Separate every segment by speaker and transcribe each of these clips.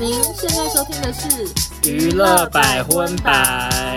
Speaker 1: 您现在收听的是《
Speaker 2: 娱乐百分百》。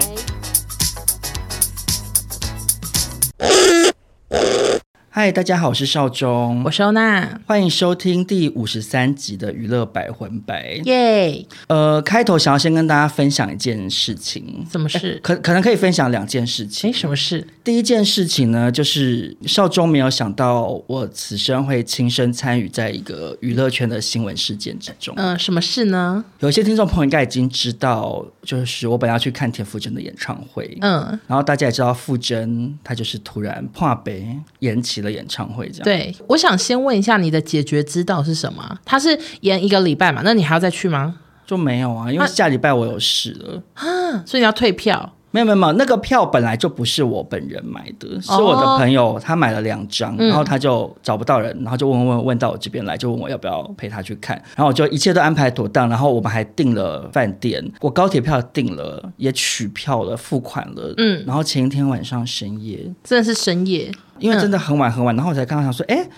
Speaker 3: 嗨，大家好，我是少中
Speaker 1: 我，收纳，
Speaker 3: 欢迎收听第五十三集的娱乐百魂百。
Speaker 1: 耶！
Speaker 3: 呃，开头想要先跟大家分享一件事情，
Speaker 1: 什么 事？
Speaker 3: 可可能可以分享两件事
Speaker 1: 哎，
Speaker 3: 情。
Speaker 1: 什么事？
Speaker 3: 第一件事情呢，就是少中没有想到我此生会亲身参与在一个娱乐圈的新闻事件之中。
Speaker 1: 嗯，什么事呢？
Speaker 3: 有一些听众朋友应该已经知道，就是我本来要去看田馥甄的演唱会，
Speaker 1: 嗯，
Speaker 3: 然后大家也知道馥甄她就是突然跨北延期了演唱会，这样。
Speaker 1: 对，我想先问一下你的解决之道是什么？他是延一个礼拜嘛？那你还要再去吗？
Speaker 3: 就没有啊，因为下礼拜我有事了。
Speaker 1: 嗯，所以你要退票。
Speaker 3: 没有没有没有，那个票本来就不是我本人买的，是我的朋友他买了两张，然后他就找不到人，然后就问问问到我这边来，就问我要不要陪他去看，然后我就一切都安排妥当，然后我们还订了饭店，我高铁票订了，也取票了，付款了，
Speaker 1: 嗯
Speaker 3: 嗯，然后前一天晚上深夜，
Speaker 1: 真的是深夜，
Speaker 3: 因为真的很晚很晚，然后我才看到想说，
Speaker 1: 嗯
Speaker 3: 哎、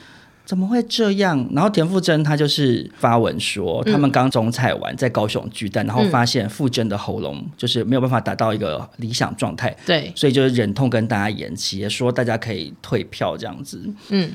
Speaker 3: 怎么会这样？然后田馥甄她就是发文说，
Speaker 1: 嗯
Speaker 3: 他们刚总采完在高雄巨蛋，然后发现馥甄的喉咙就是没有办法达到一个理想状态，
Speaker 1: 对，
Speaker 3: 所以就是忍痛跟大家延期，也说大家可以退票这样子。
Speaker 1: 嗯，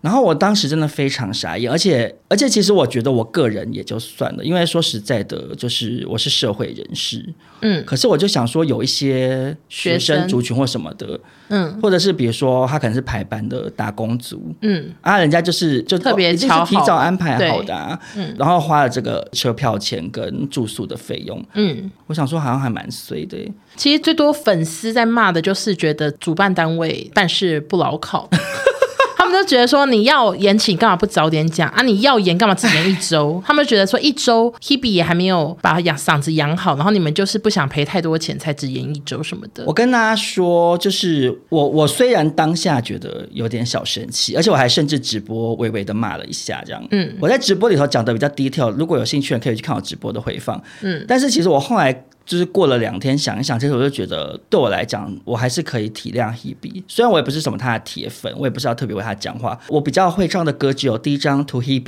Speaker 3: 然后我当时真的非常傻眼，而且而且其实我觉得我个人也就算了，因为说实在的，就是我是社会人士，
Speaker 1: 嗯，
Speaker 3: 可是我就想说有一些学
Speaker 1: 学生
Speaker 3: 生族群或什么的，
Speaker 1: 嗯，
Speaker 3: 或者是比如说他可能是排班的打工族。
Speaker 1: 嗯，
Speaker 3: 啊，人家就是就
Speaker 1: 特别
Speaker 3: 一定
Speaker 1: 瞧
Speaker 3: 是
Speaker 1: 好嗯
Speaker 3: 提早安排好的、啊，然后花了这个车票钱跟住宿的费用，
Speaker 1: 嗯。
Speaker 3: 我想说好像还蛮衰的耶、
Speaker 1: 其实最多粉丝在骂的就是觉得主办单位办事不牢靠， 他们就觉得说你要延期你干嘛不早点讲啊？你要延干嘛只延一周？ 他们觉得说一周 Hebe 也还没有把养嗓子养好，然后你们就是不想赔太多钱才只延一周什么的
Speaker 3: 我。跟大家说，就是我我虽然当下觉得有点小生气，而且我还甚至直播微微的骂了一下，这样。
Speaker 1: 嗯
Speaker 3: 嗯，我在直播里头讲的比较 detail，如果有兴趣的可以去看我直播的回放。
Speaker 1: 嗯
Speaker 3: 嗯，但是其实我后来。就是过了两天想一想，其实我就觉得对我来讲，我还是可以体谅 Hebe。虽然我也不是什么他的铁粉，我也不是要特别为他讲话。我比较会唱的歌只有第一张《To Hebe》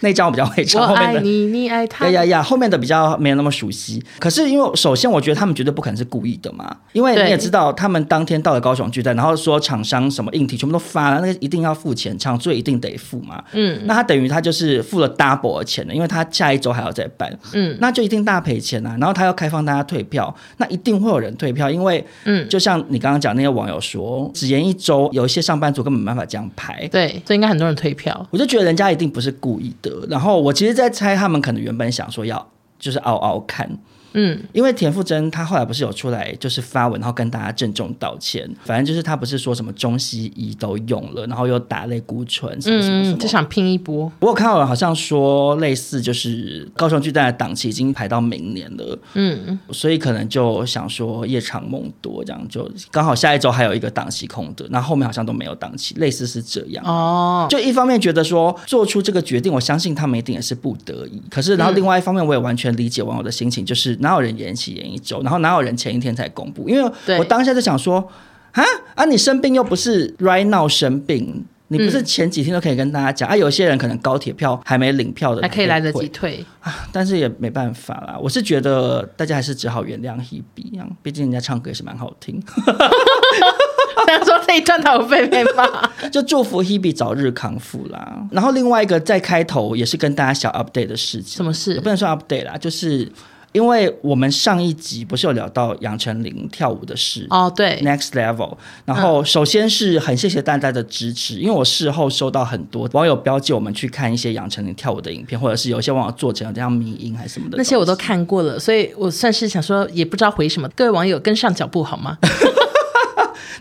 Speaker 3: 那 一张我比较会
Speaker 1: 我
Speaker 3: 唱，后面
Speaker 1: 爱
Speaker 3: 的
Speaker 1: 你，你爱他
Speaker 3: 呀。呀呀！后面的比较没有那么熟悉。可是因为首先，我觉得他们绝对不可能是故意的嘛，因为
Speaker 1: 对
Speaker 3: 你也知道，他们当天到了高雄巨蛋，然后说厂商什么硬体全部都发了，那个一定要付钱，场租也一定得付嘛。
Speaker 1: 嗯
Speaker 3: 嗯，那他等于他就是付了 double 的钱的，因为他下一周还要再办，
Speaker 1: 嗯
Speaker 3: 嗯，那就一定大赔钱啊。然后他要开放大家退票，那一定会有人退票，因为
Speaker 1: 嗯
Speaker 3: 嗯，就像你刚刚讲那些网友说，只延一周，有一些上班族根本没办法这样排。
Speaker 1: 对，所以应该很多人退票。
Speaker 3: 我就觉得人家一定不是故意的。然后我其实，在猜他们可能原本想说要就是熬熬看，
Speaker 1: 嗯，
Speaker 3: 因为田馥甄她后来不是有出来就是发文，然后跟大家郑重道歉。反正就是她不是说什么中西医都用了，然后又打类固醇什么什么什
Speaker 1: 嗯，
Speaker 3: 么。
Speaker 1: 就想拼一波。
Speaker 3: 我有看到有人好像说，类似就是高雄巨蛋的档期已经排到明年了，
Speaker 1: 嗯，
Speaker 3: 所以可能就想说夜长梦多，这样就刚好下一周还有一个档期空的，那后面好像都没有档期，类似是这样。
Speaker 1: 哦，
Speaker 3: 就一方面觉得说做出这个决定，我相信他们一定也是不得已。可是，然后另外一方面，我也完全理解网友的心情，就是哪有人延期延一周，
Speaker 1: 嗯
Speaker 3: 然后哪有人前一天才公布？因
Speaker 1: 对
Speaker 3: 为我当下就想说，啊啊，你生病又不是 right now 生病。你不是前几天都可以跟大家讲、啊？有些人可能高铁票还没领票的，
Speaker 1: 还可以来得及
Speaker 3: 会
Speaker 1: 退。
Speaker 3: 啊，但是也没办法啦。我是觉得大家还是只好原谅 Hebe 啊，毕竟人家唱歌也是蛮好听。
Speaker 1: 虽然说这一段他有被被骂。
Speaker 3: 就祝福 Hebe 早日康复啦。然后另外一个在开头也是跟大家小 update 的事情，
Speaker 1: 什么
Speaker 3: 也
Speaker 1: 事
Speaker 3: 不？能算 update 啦，就是因为我们上一集不是有聊到杨丞琳跳舞的事。
Speaker 1: 哦，对，嗯
Speaker 3: Next level，然后首先是很谢谢大家的支持，因为我事后收到很多网友标记我们去看一些杨丞琳跳舞的影片，或者是有一些网友做成有这样迷音还是什么的
Speaker 1: 那
Speaker 3: 东西，
Speaker 1: 些我都看过了，所以我算是想说，也不知道回什么。各位网友跟上脚步好吗？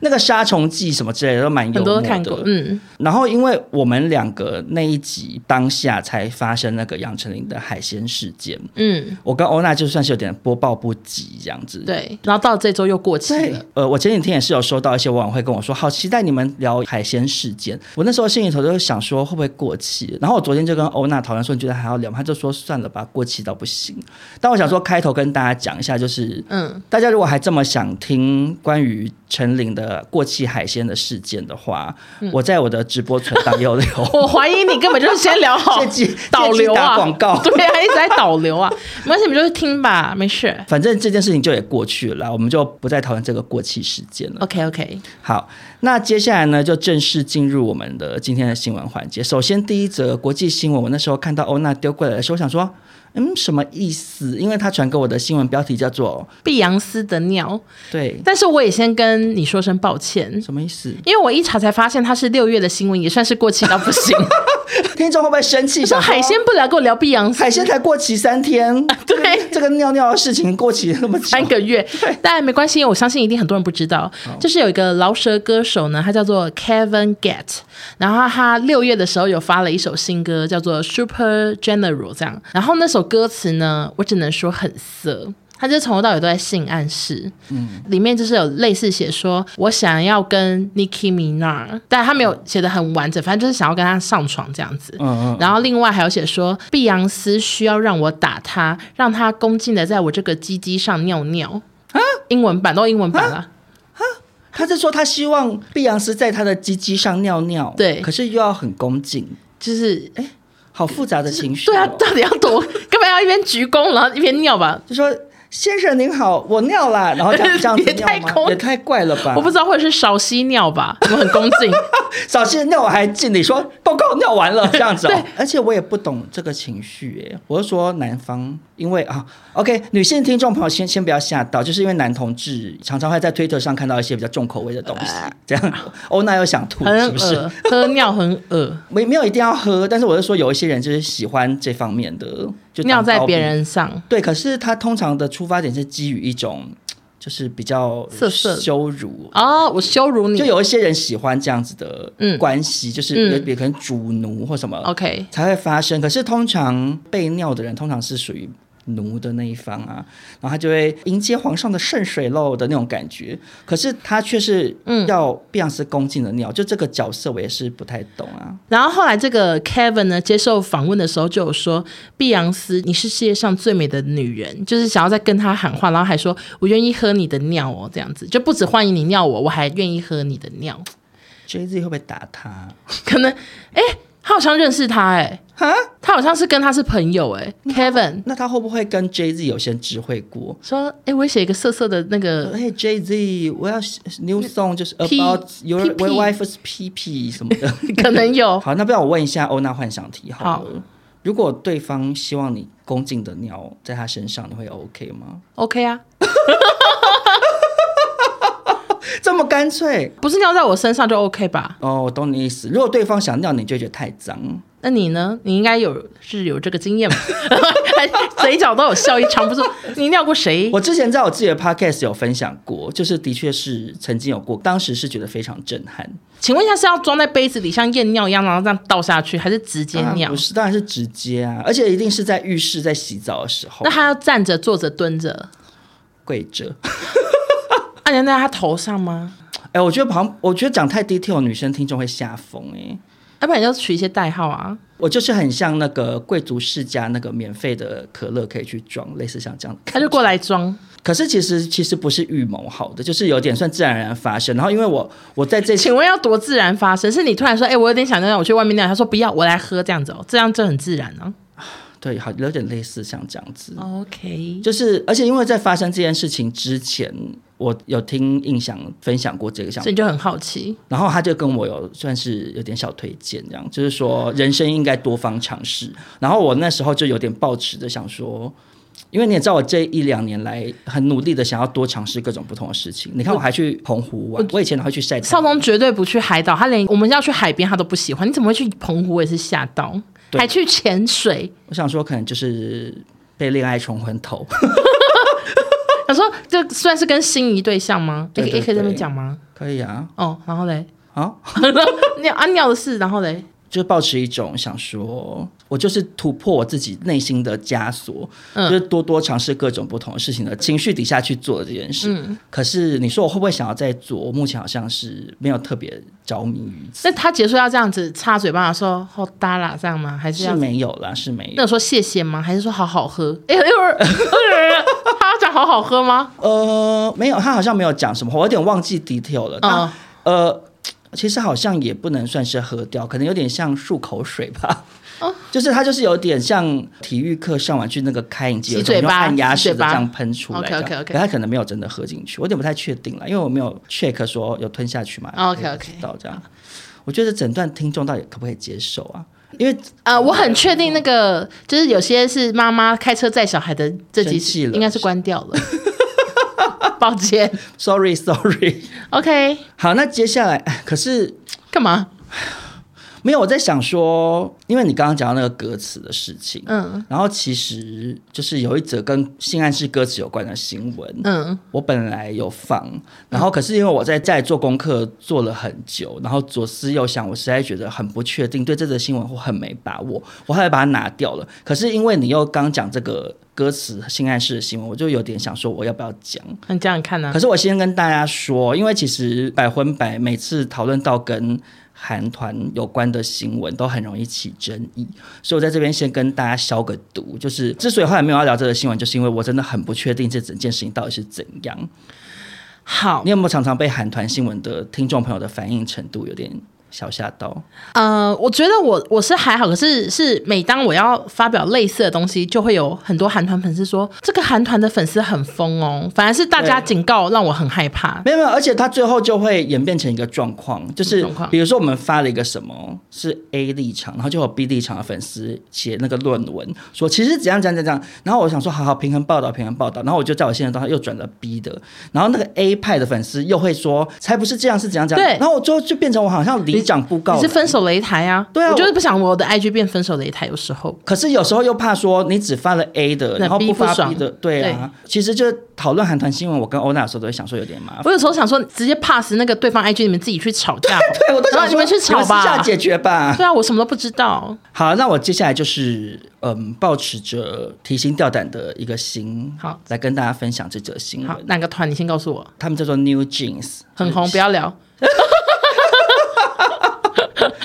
Speaker 3: 那个杀虫剂什么之类的都蛮幽
Speaker 1: 很多
Speaker 3: 默的，
Speaker 1: 都看过，嗯，
Speaker 3: 然后，因为我们两个那一集当下才发生那个杨丞琳的海鲜事件，
Speaker 1: 嗯，
Speaker 3: 我跟欧娜就算是有点播报不及这样子。
Speaker 1: 对。然后到这周又过期
Speaker 3: 对
Speaker 1: 了，，
Speaker 3: 呃，我前几天也是有收到一些网友会跟我说，好期待你们聊海鲜事件。我那时候心里头就想说会不会过期，然后我昨天就跟欧娜讨论说，你觉得还要聊吗？她就说算了吧，过期到不行。但我想说开头跟大家讲一下，就是
Speaker 1: 嗯，
Speaker 3: 大家如果还这么想听关于陈琳的过期海鲜的事件的话，
Speaker 1: 嗯
Speaker 3: 我在我的直播存档也有留。
Speaker 1: 我怀疑你根本就是先聊 好
Speaker 3: 借机
Speaker 1: 导流
Speaker 3: 借机打
Speaker 1: 啊，
Speaker 3: 广告
Speaker 1: 对啊，一直在导流啊，没关系，你们就是听吧，没事。
Speaker 3: 反正这件事情就也过去了，我们就不再讨论这个过期事件了。
Speaker 1: OK OK，
Speaker 3: 好，那接下来呢，就正式进入我们的今天的新闻环节。首先，第一则国际新闻，我那时候看到欧娜丢过来的时候，我想说，嗯，什么意思？因为她传给我的新闻标题叫做
Speaker 1: 碧昂斯的尿，
Speaker 3: “对”，
Speaker 1: 但是我也先跟你说声抱歉。
Speaker 3: 什么意思？
Speaker 1: 因为我一查才发现它是六月的新闻，也算是过期到不 行。
Speaker 3: 听众会不会生气？
Speaker 1: 你说
Speaker 3: 想说
Speaker 1: 海鲜不聊，跟我聊碧昂斯
Speaker 3: 海鲜才过期三天，
Speaker 1: 对
Speaker 3: 这个尿尿的事情过期那么久
Speaker 1: 三，个月，但没关系，我相信一定很多人不知道，就是有一个饶舌歌手呢，他叫做 Kevin Get，然后他六月的时候有发了一首新歌，叫做 Super General 这样，然后那首歌词呢，我只能说很色。他就从头到尾都在性暗示，嗯，里面就是有类似写说，我想要跟 Nicki Minaj，但他没有写的很完整，反正就是想要跟他上床这样子，
Speaker 3: 嗯嗯，
Speaker 1: 然后另外还有写说，碧昂斯需要让我打他，让他恭敬的在我这个鸡鸡上尿尿。英文版都英文版了，
Speaker 3: 他是说他希望碧昂斯在他的鸡鸡上尿尿，
Speaker 1: 对
Speaker 3: 可是又要很恭敬，
Speaker 1: 就是哎，
Speaker 3: 好复杂的情绪、哦
Speaker 1: 对啊，到底要多， 干嘛要一边鞠躬然后一边尿吧？
Speaker 3: 就说先生您好，我尿啦，然后 这样这样子
Speaker 1: 也
Speaker 3: 尿
Speaker 1: 太
Speaker 3: 吗
Speaker 1: 空
Speaker 3: 也太怪了吧？
Speaker 1: 我不知道，或者是少吸尿吧，我很恭敬。
Speaker 3: 早先尿我还敬礼说报告尿完了这样子、哦
Speaker 1: 对，
Speaker 3: 而且我也不懂这个情绪耶。我是说男方，因为啊，OK，女性听众朋友先先不要吓到，就是因为男同志常常会在推特上看到一些比较重口味的东西，这样欧娜又想吐
Speaker 1: 呃很
Speaker 3: 是不是？
Speaker 1: 恶，喝尿很 恶，
Speaker 3: 没没有一定要喝，但是我是说有一些人就是喜欢这方面的，就
Speaker 1: 尿
Speaker 3: 当
Speaker 1: 在
Speaker 3: 高
Speaker 1: 别
Speaker 3: 逼
Speaker 1: 人上，
Speaker 3: 对，可是他通常的出发点是基于一种就是比较
Speaker 1: 色色的
Speaker 3: 羞辱。
Speaker 1: 哦，我羞辱
Speaker 3: 就
Speaker 1: 你。
Speaker 3: 有一些人喜欢这样子的
Speaker 1: 嗯哦
Speaker 3: 关系，就是有可能主奴或什么
Speaker 1: OK，
Speaker 3: 才会发生。可是通常被尿的人通常是属于奴的那一方啊，然后他就会迎接皇上的圣水漏的那种感觉。可是他却是
Speaker 1: 嗯
Speaker 3: 要碧昂斯恭敬的尿，就这个角色我也是不太懂啊。
Speaker 1: 然后后来这个 Kevin 呢接受访问的时候就有说，碧昂斯你是世界上最美的女人，就是想要再跟她喊话，然后还说我愿意喝你的尿哦，这样子就不止欢迎你尿我，我还愿意喝你的尿。
Speaker 3: J Z 会不会打他？
Speaker 1: 可能哎、他好像认识他哎、
Speaker 3: 哈，
Speaker 1: 他好像是跟他是朋友哎、k e v i n
Speaker 3: 那他会不会跟 J Z 有先知会过？
Speaker 1: 说哎、我写一个色色的那 个。
Speaker 3: 嘿 J Z，我要 new song 就是
Speaker 1: P-
Speaker 3: about your
Speaker 1: PP
Speaker 3: wife's PP 什么的。
Speaker 1: 可能有，
Speaker 3: 好，那不然我问一下欧娜幻想题好了。
Speaker 1: 好
Speaker 3: 如果对方希望你恭敬的尿在他身上，你会 OK 吗？
Speaker 1: OK 啊，
Speaker 3: 这么干脆
Speaker 1: 不是尿在我身上就 OK 吧？
Speaker 3: 哦，我懂你意思。如果对方想尿，你就会觉得太脏。
Speaker 1: 那你呢？你应该有是有这个经验吧？ 还嘴角都有笑意，藏不住。你尿过谁？
Speaker 3: 我之前在我自己的 podcast 有分享过，就是的确是曾经有过，当时是觉得非常震撼。
Speaker 1: 请问一下，是要装在杯子里像验尿一样，然后这样倒下去，还是直接
Speaker 3: 当然
Speaker 1: 尿？
Speaker 3: 啊不是，当然是直接啊，而且一定是在浴室在洗澡的时候
Speaker 1: 那，他要站着、坐着、蹲着？啊
Speaker 3: 跪着。
Speaker 1: 按压在他头上吗？
Speaker 3: 哎、我觉得旁，我觉得讲太 detail，女生听众会吓疯哎。
Speaker 1: 要啊不然你就取一些代号 啊。
Speaker 3: 我就是很像那个贵族世家那个免费的可乐可以去装，类似像这样。
Speaker 1: 他就过来装，
Speaker 3: 可是其实其实不是预谋好的，就是有点算自然而然发生。然后因为我我在这
Speaker 1: 请问要多自然发生？是你突然说，哎、我有点想尿，我去外面尿，他说不要，我来喝这样子哦，这样就很自然啊。
Speaker 3: 对好有点类似像这样子，
Speaker 1: 哦 OK，
Speaker 3: 就是而且因为在发生这件事情之前，我有听印象分享过这个项
Speaker 1: 所以
Speaker 3: 目，
Speaker 1: 你就很好奇，
Speaker 3: 然后他就跟我有算是有点小推荐，这样就是说人生应该多方尝试。然后我那时候就有点抱持着想说。嗯因为你也知道，我这一两年来很努力的想要多尝试各种不同的事情。你看，我还去澎湖玩，我以前还会去晒太阳。
Speaker 1: 少东绝对不去海岛，他连我们要去海边他都不喜欢，你怎么会去澎湖？我也是吓到，
Speaker 3: 对
Speaker 1: 还去潜水。
Speaker 3: 我想说，可能就是被恋爱冲昏头。
Speaker 1: 他说这算是跟心仪对象吗？
Speaker 3: 对对
Speaker 1: 也可以这么
Speaker 3: 对
Speaker 1: 讲吗？
Speaker 3: 可以啊，
Speaker 1: 哦，然后嘞，
Speaker 3: 啊，
Speaker 1: 尿啊尿的事，然后嘞，
Speaker 3: 就保持一种想说，我就是突破我自己内心的枷锁，
Speaker 1: 嗯
Speaker 3: 就是多多尝试各种不同的事情的情绪底下去做的这件事。
Speaker 1: 嗯
Speaker 3: 可是你说我会不会想要再做？我目前好像是没有特别着迷于此，
Speaker 1: 那他结束要这样子插嘴巴说好搭啦这样吗？还是
Speaker 3: 是
Speaker 1: 要
Speaker 3: 没有啦，是没
Speaker 1: 那哎
Speaker 3: 有。
Speaker 1: 有说谢谢吗？还是说好好喝？哎、欸，一会儿他要讲下好好喝 吗？
Speaker 3: 呃，没有，他好像没有讲什么，我有点忘记 detail 了。但、
Speaker 1: 嗯
Speaker 3: 呃，其实好像也不能算是喝掉，可能有点像漱口水吧。
Speaker 1: 哦
Speaker 3: 就是它就是有点像体育课上完去那个开饮机，
Speaker 1: 洗
Speaker 3: 有种
Speaker 1: 嘴
Speaker 3: 用
Speaker 1: 巴
Speaker 3: 按压
Speaker 1: 洗
Speaker 3: 式
Speaker 1: 嘴
Speaker 3: 的这
Speaker 1: 巴
Speaker 3: 样喷出来
Speaker 1: OK，OK，OK
Speaker 3: 这样可它可能没有真的喝进去，我有点不太确定了，因为我没有 check 说有吞下去嘛。
Speaker 1: 哦 OK，OK
Speaker 3: 我也不知道这样。我觉得整段听众到底可不可以接受啊？因为
Speaker 1: 呃，我很确定那个就是有些是妈妈开车载小孩的这集
Speaker 3: 生气了
Speaker 1: 应该是关掉了， 抱歉。
Speaker 3: sorry sorry，
Speaker 1: OK，
Speaker 3: 好，那接下来哎可是
Speaker 1: 干嘛？
Speaker 3: 没有，我在想说，因为你刚刚讲到那个歌词的事情，
Speaker 1: 嗯
Speaker 3: 然后其实就是有一则跟性暗示歌词有关的新闻，
Speaker 1: 嗯，
Speaker 3: 我本来有放，然后可是因为我在家里做功课做了很久，然后左思右想，我实在觉得很不确定，对这则新闻我很没把握，我后来把它拿掉了。可是因为你又刚讲这个歌词性暗示的新闻，我就有点想说我要不要讲。
Speaker 1: 那你这样看呢、啊
Speaker 3: 可是我先跟大家说，因为其实百分百每次讨论到跟韩团有关的新闻，都很容易起争议，所以我在这边先跟大家消个毒，就是之所以后来没有要聊这个新闻，就是因为我真的很不确定这整件事情到底是怎样。
Speaker 1: 好
Speaker 3: 你，有没有常常被韩团新闻的听众朋友的反应程度有点小吓到？
Speaker 1: 呃，我觉得我我是还好，可是是每当我要发表类似的东西，就会有很多韩团粉丝说这个韩团的粉丝很疯哦，反而是大家
Speaker 3: 对
Speaker 1: 警告让我很害怕。
Speaker 3: 没有没有，而且它最后就会演变成一个状况，就是
Speaker 1: 什么状况
Speaker 3: 比如说我们发了一个什么是 A 立场，然后就有 B 立场的粉丝写那个论文说其实怎样怎样怎样，然后我想说好好平衡报道平衡报道，然后我就在我现在当中又转了 B 的，然后那个 A 派的粉丝又会说才不是这样是怎样怎样，
Speaker 1: 对
Speaker 3: 然后我最后就变成我好像里长布告
Speaker 1: 你是
Speaker 3: 了
Speaker 1: 分手擂台啊？
Speaker 3: 对啊
Speaker 1: 我就是
Speaker 3: 我
Speaker 1: 不想我的 IG 变分手擂台，有时候。
Speaker 3: 可是有时候又怕说你只发了 A 的，
Speaker 1: 那
Speaker 3: 然后
Speaker 1: B
Speaker 3: 不发
Speaker 1: 不爽
Speaker 3: B 的，对啊，其实就是讨论韩团新闻，我跟欧娜的时候都会想说有点麻烦。
Speaker 1: 我有时候想说，直接 pass 那个对方 IG，你们自己去吵架吧。
Speaker 3: 对，我都
Speaker 1: 然
Speaker 3: 想
Speaker 1: 后
Speaker 3: 说
Speaker 1: 你们去吵吧
Speaker 3: 私下解决吧。
Speaker 1: 对啊，我什么都不知道。
Speaker 3: 好，那我接下来就是嗯，保持着提心吊胆的一个心，
Speaker 1: 好，
Speaker 3: 来跟大家分享这则新
Speaker 1: 好，
Speaker 3: 闻。
Speaker 1: 哪个团？你先告诉我。
Speaker 3: 他们叫做 New Jeans，
Speaker 1: 很红，不要聊。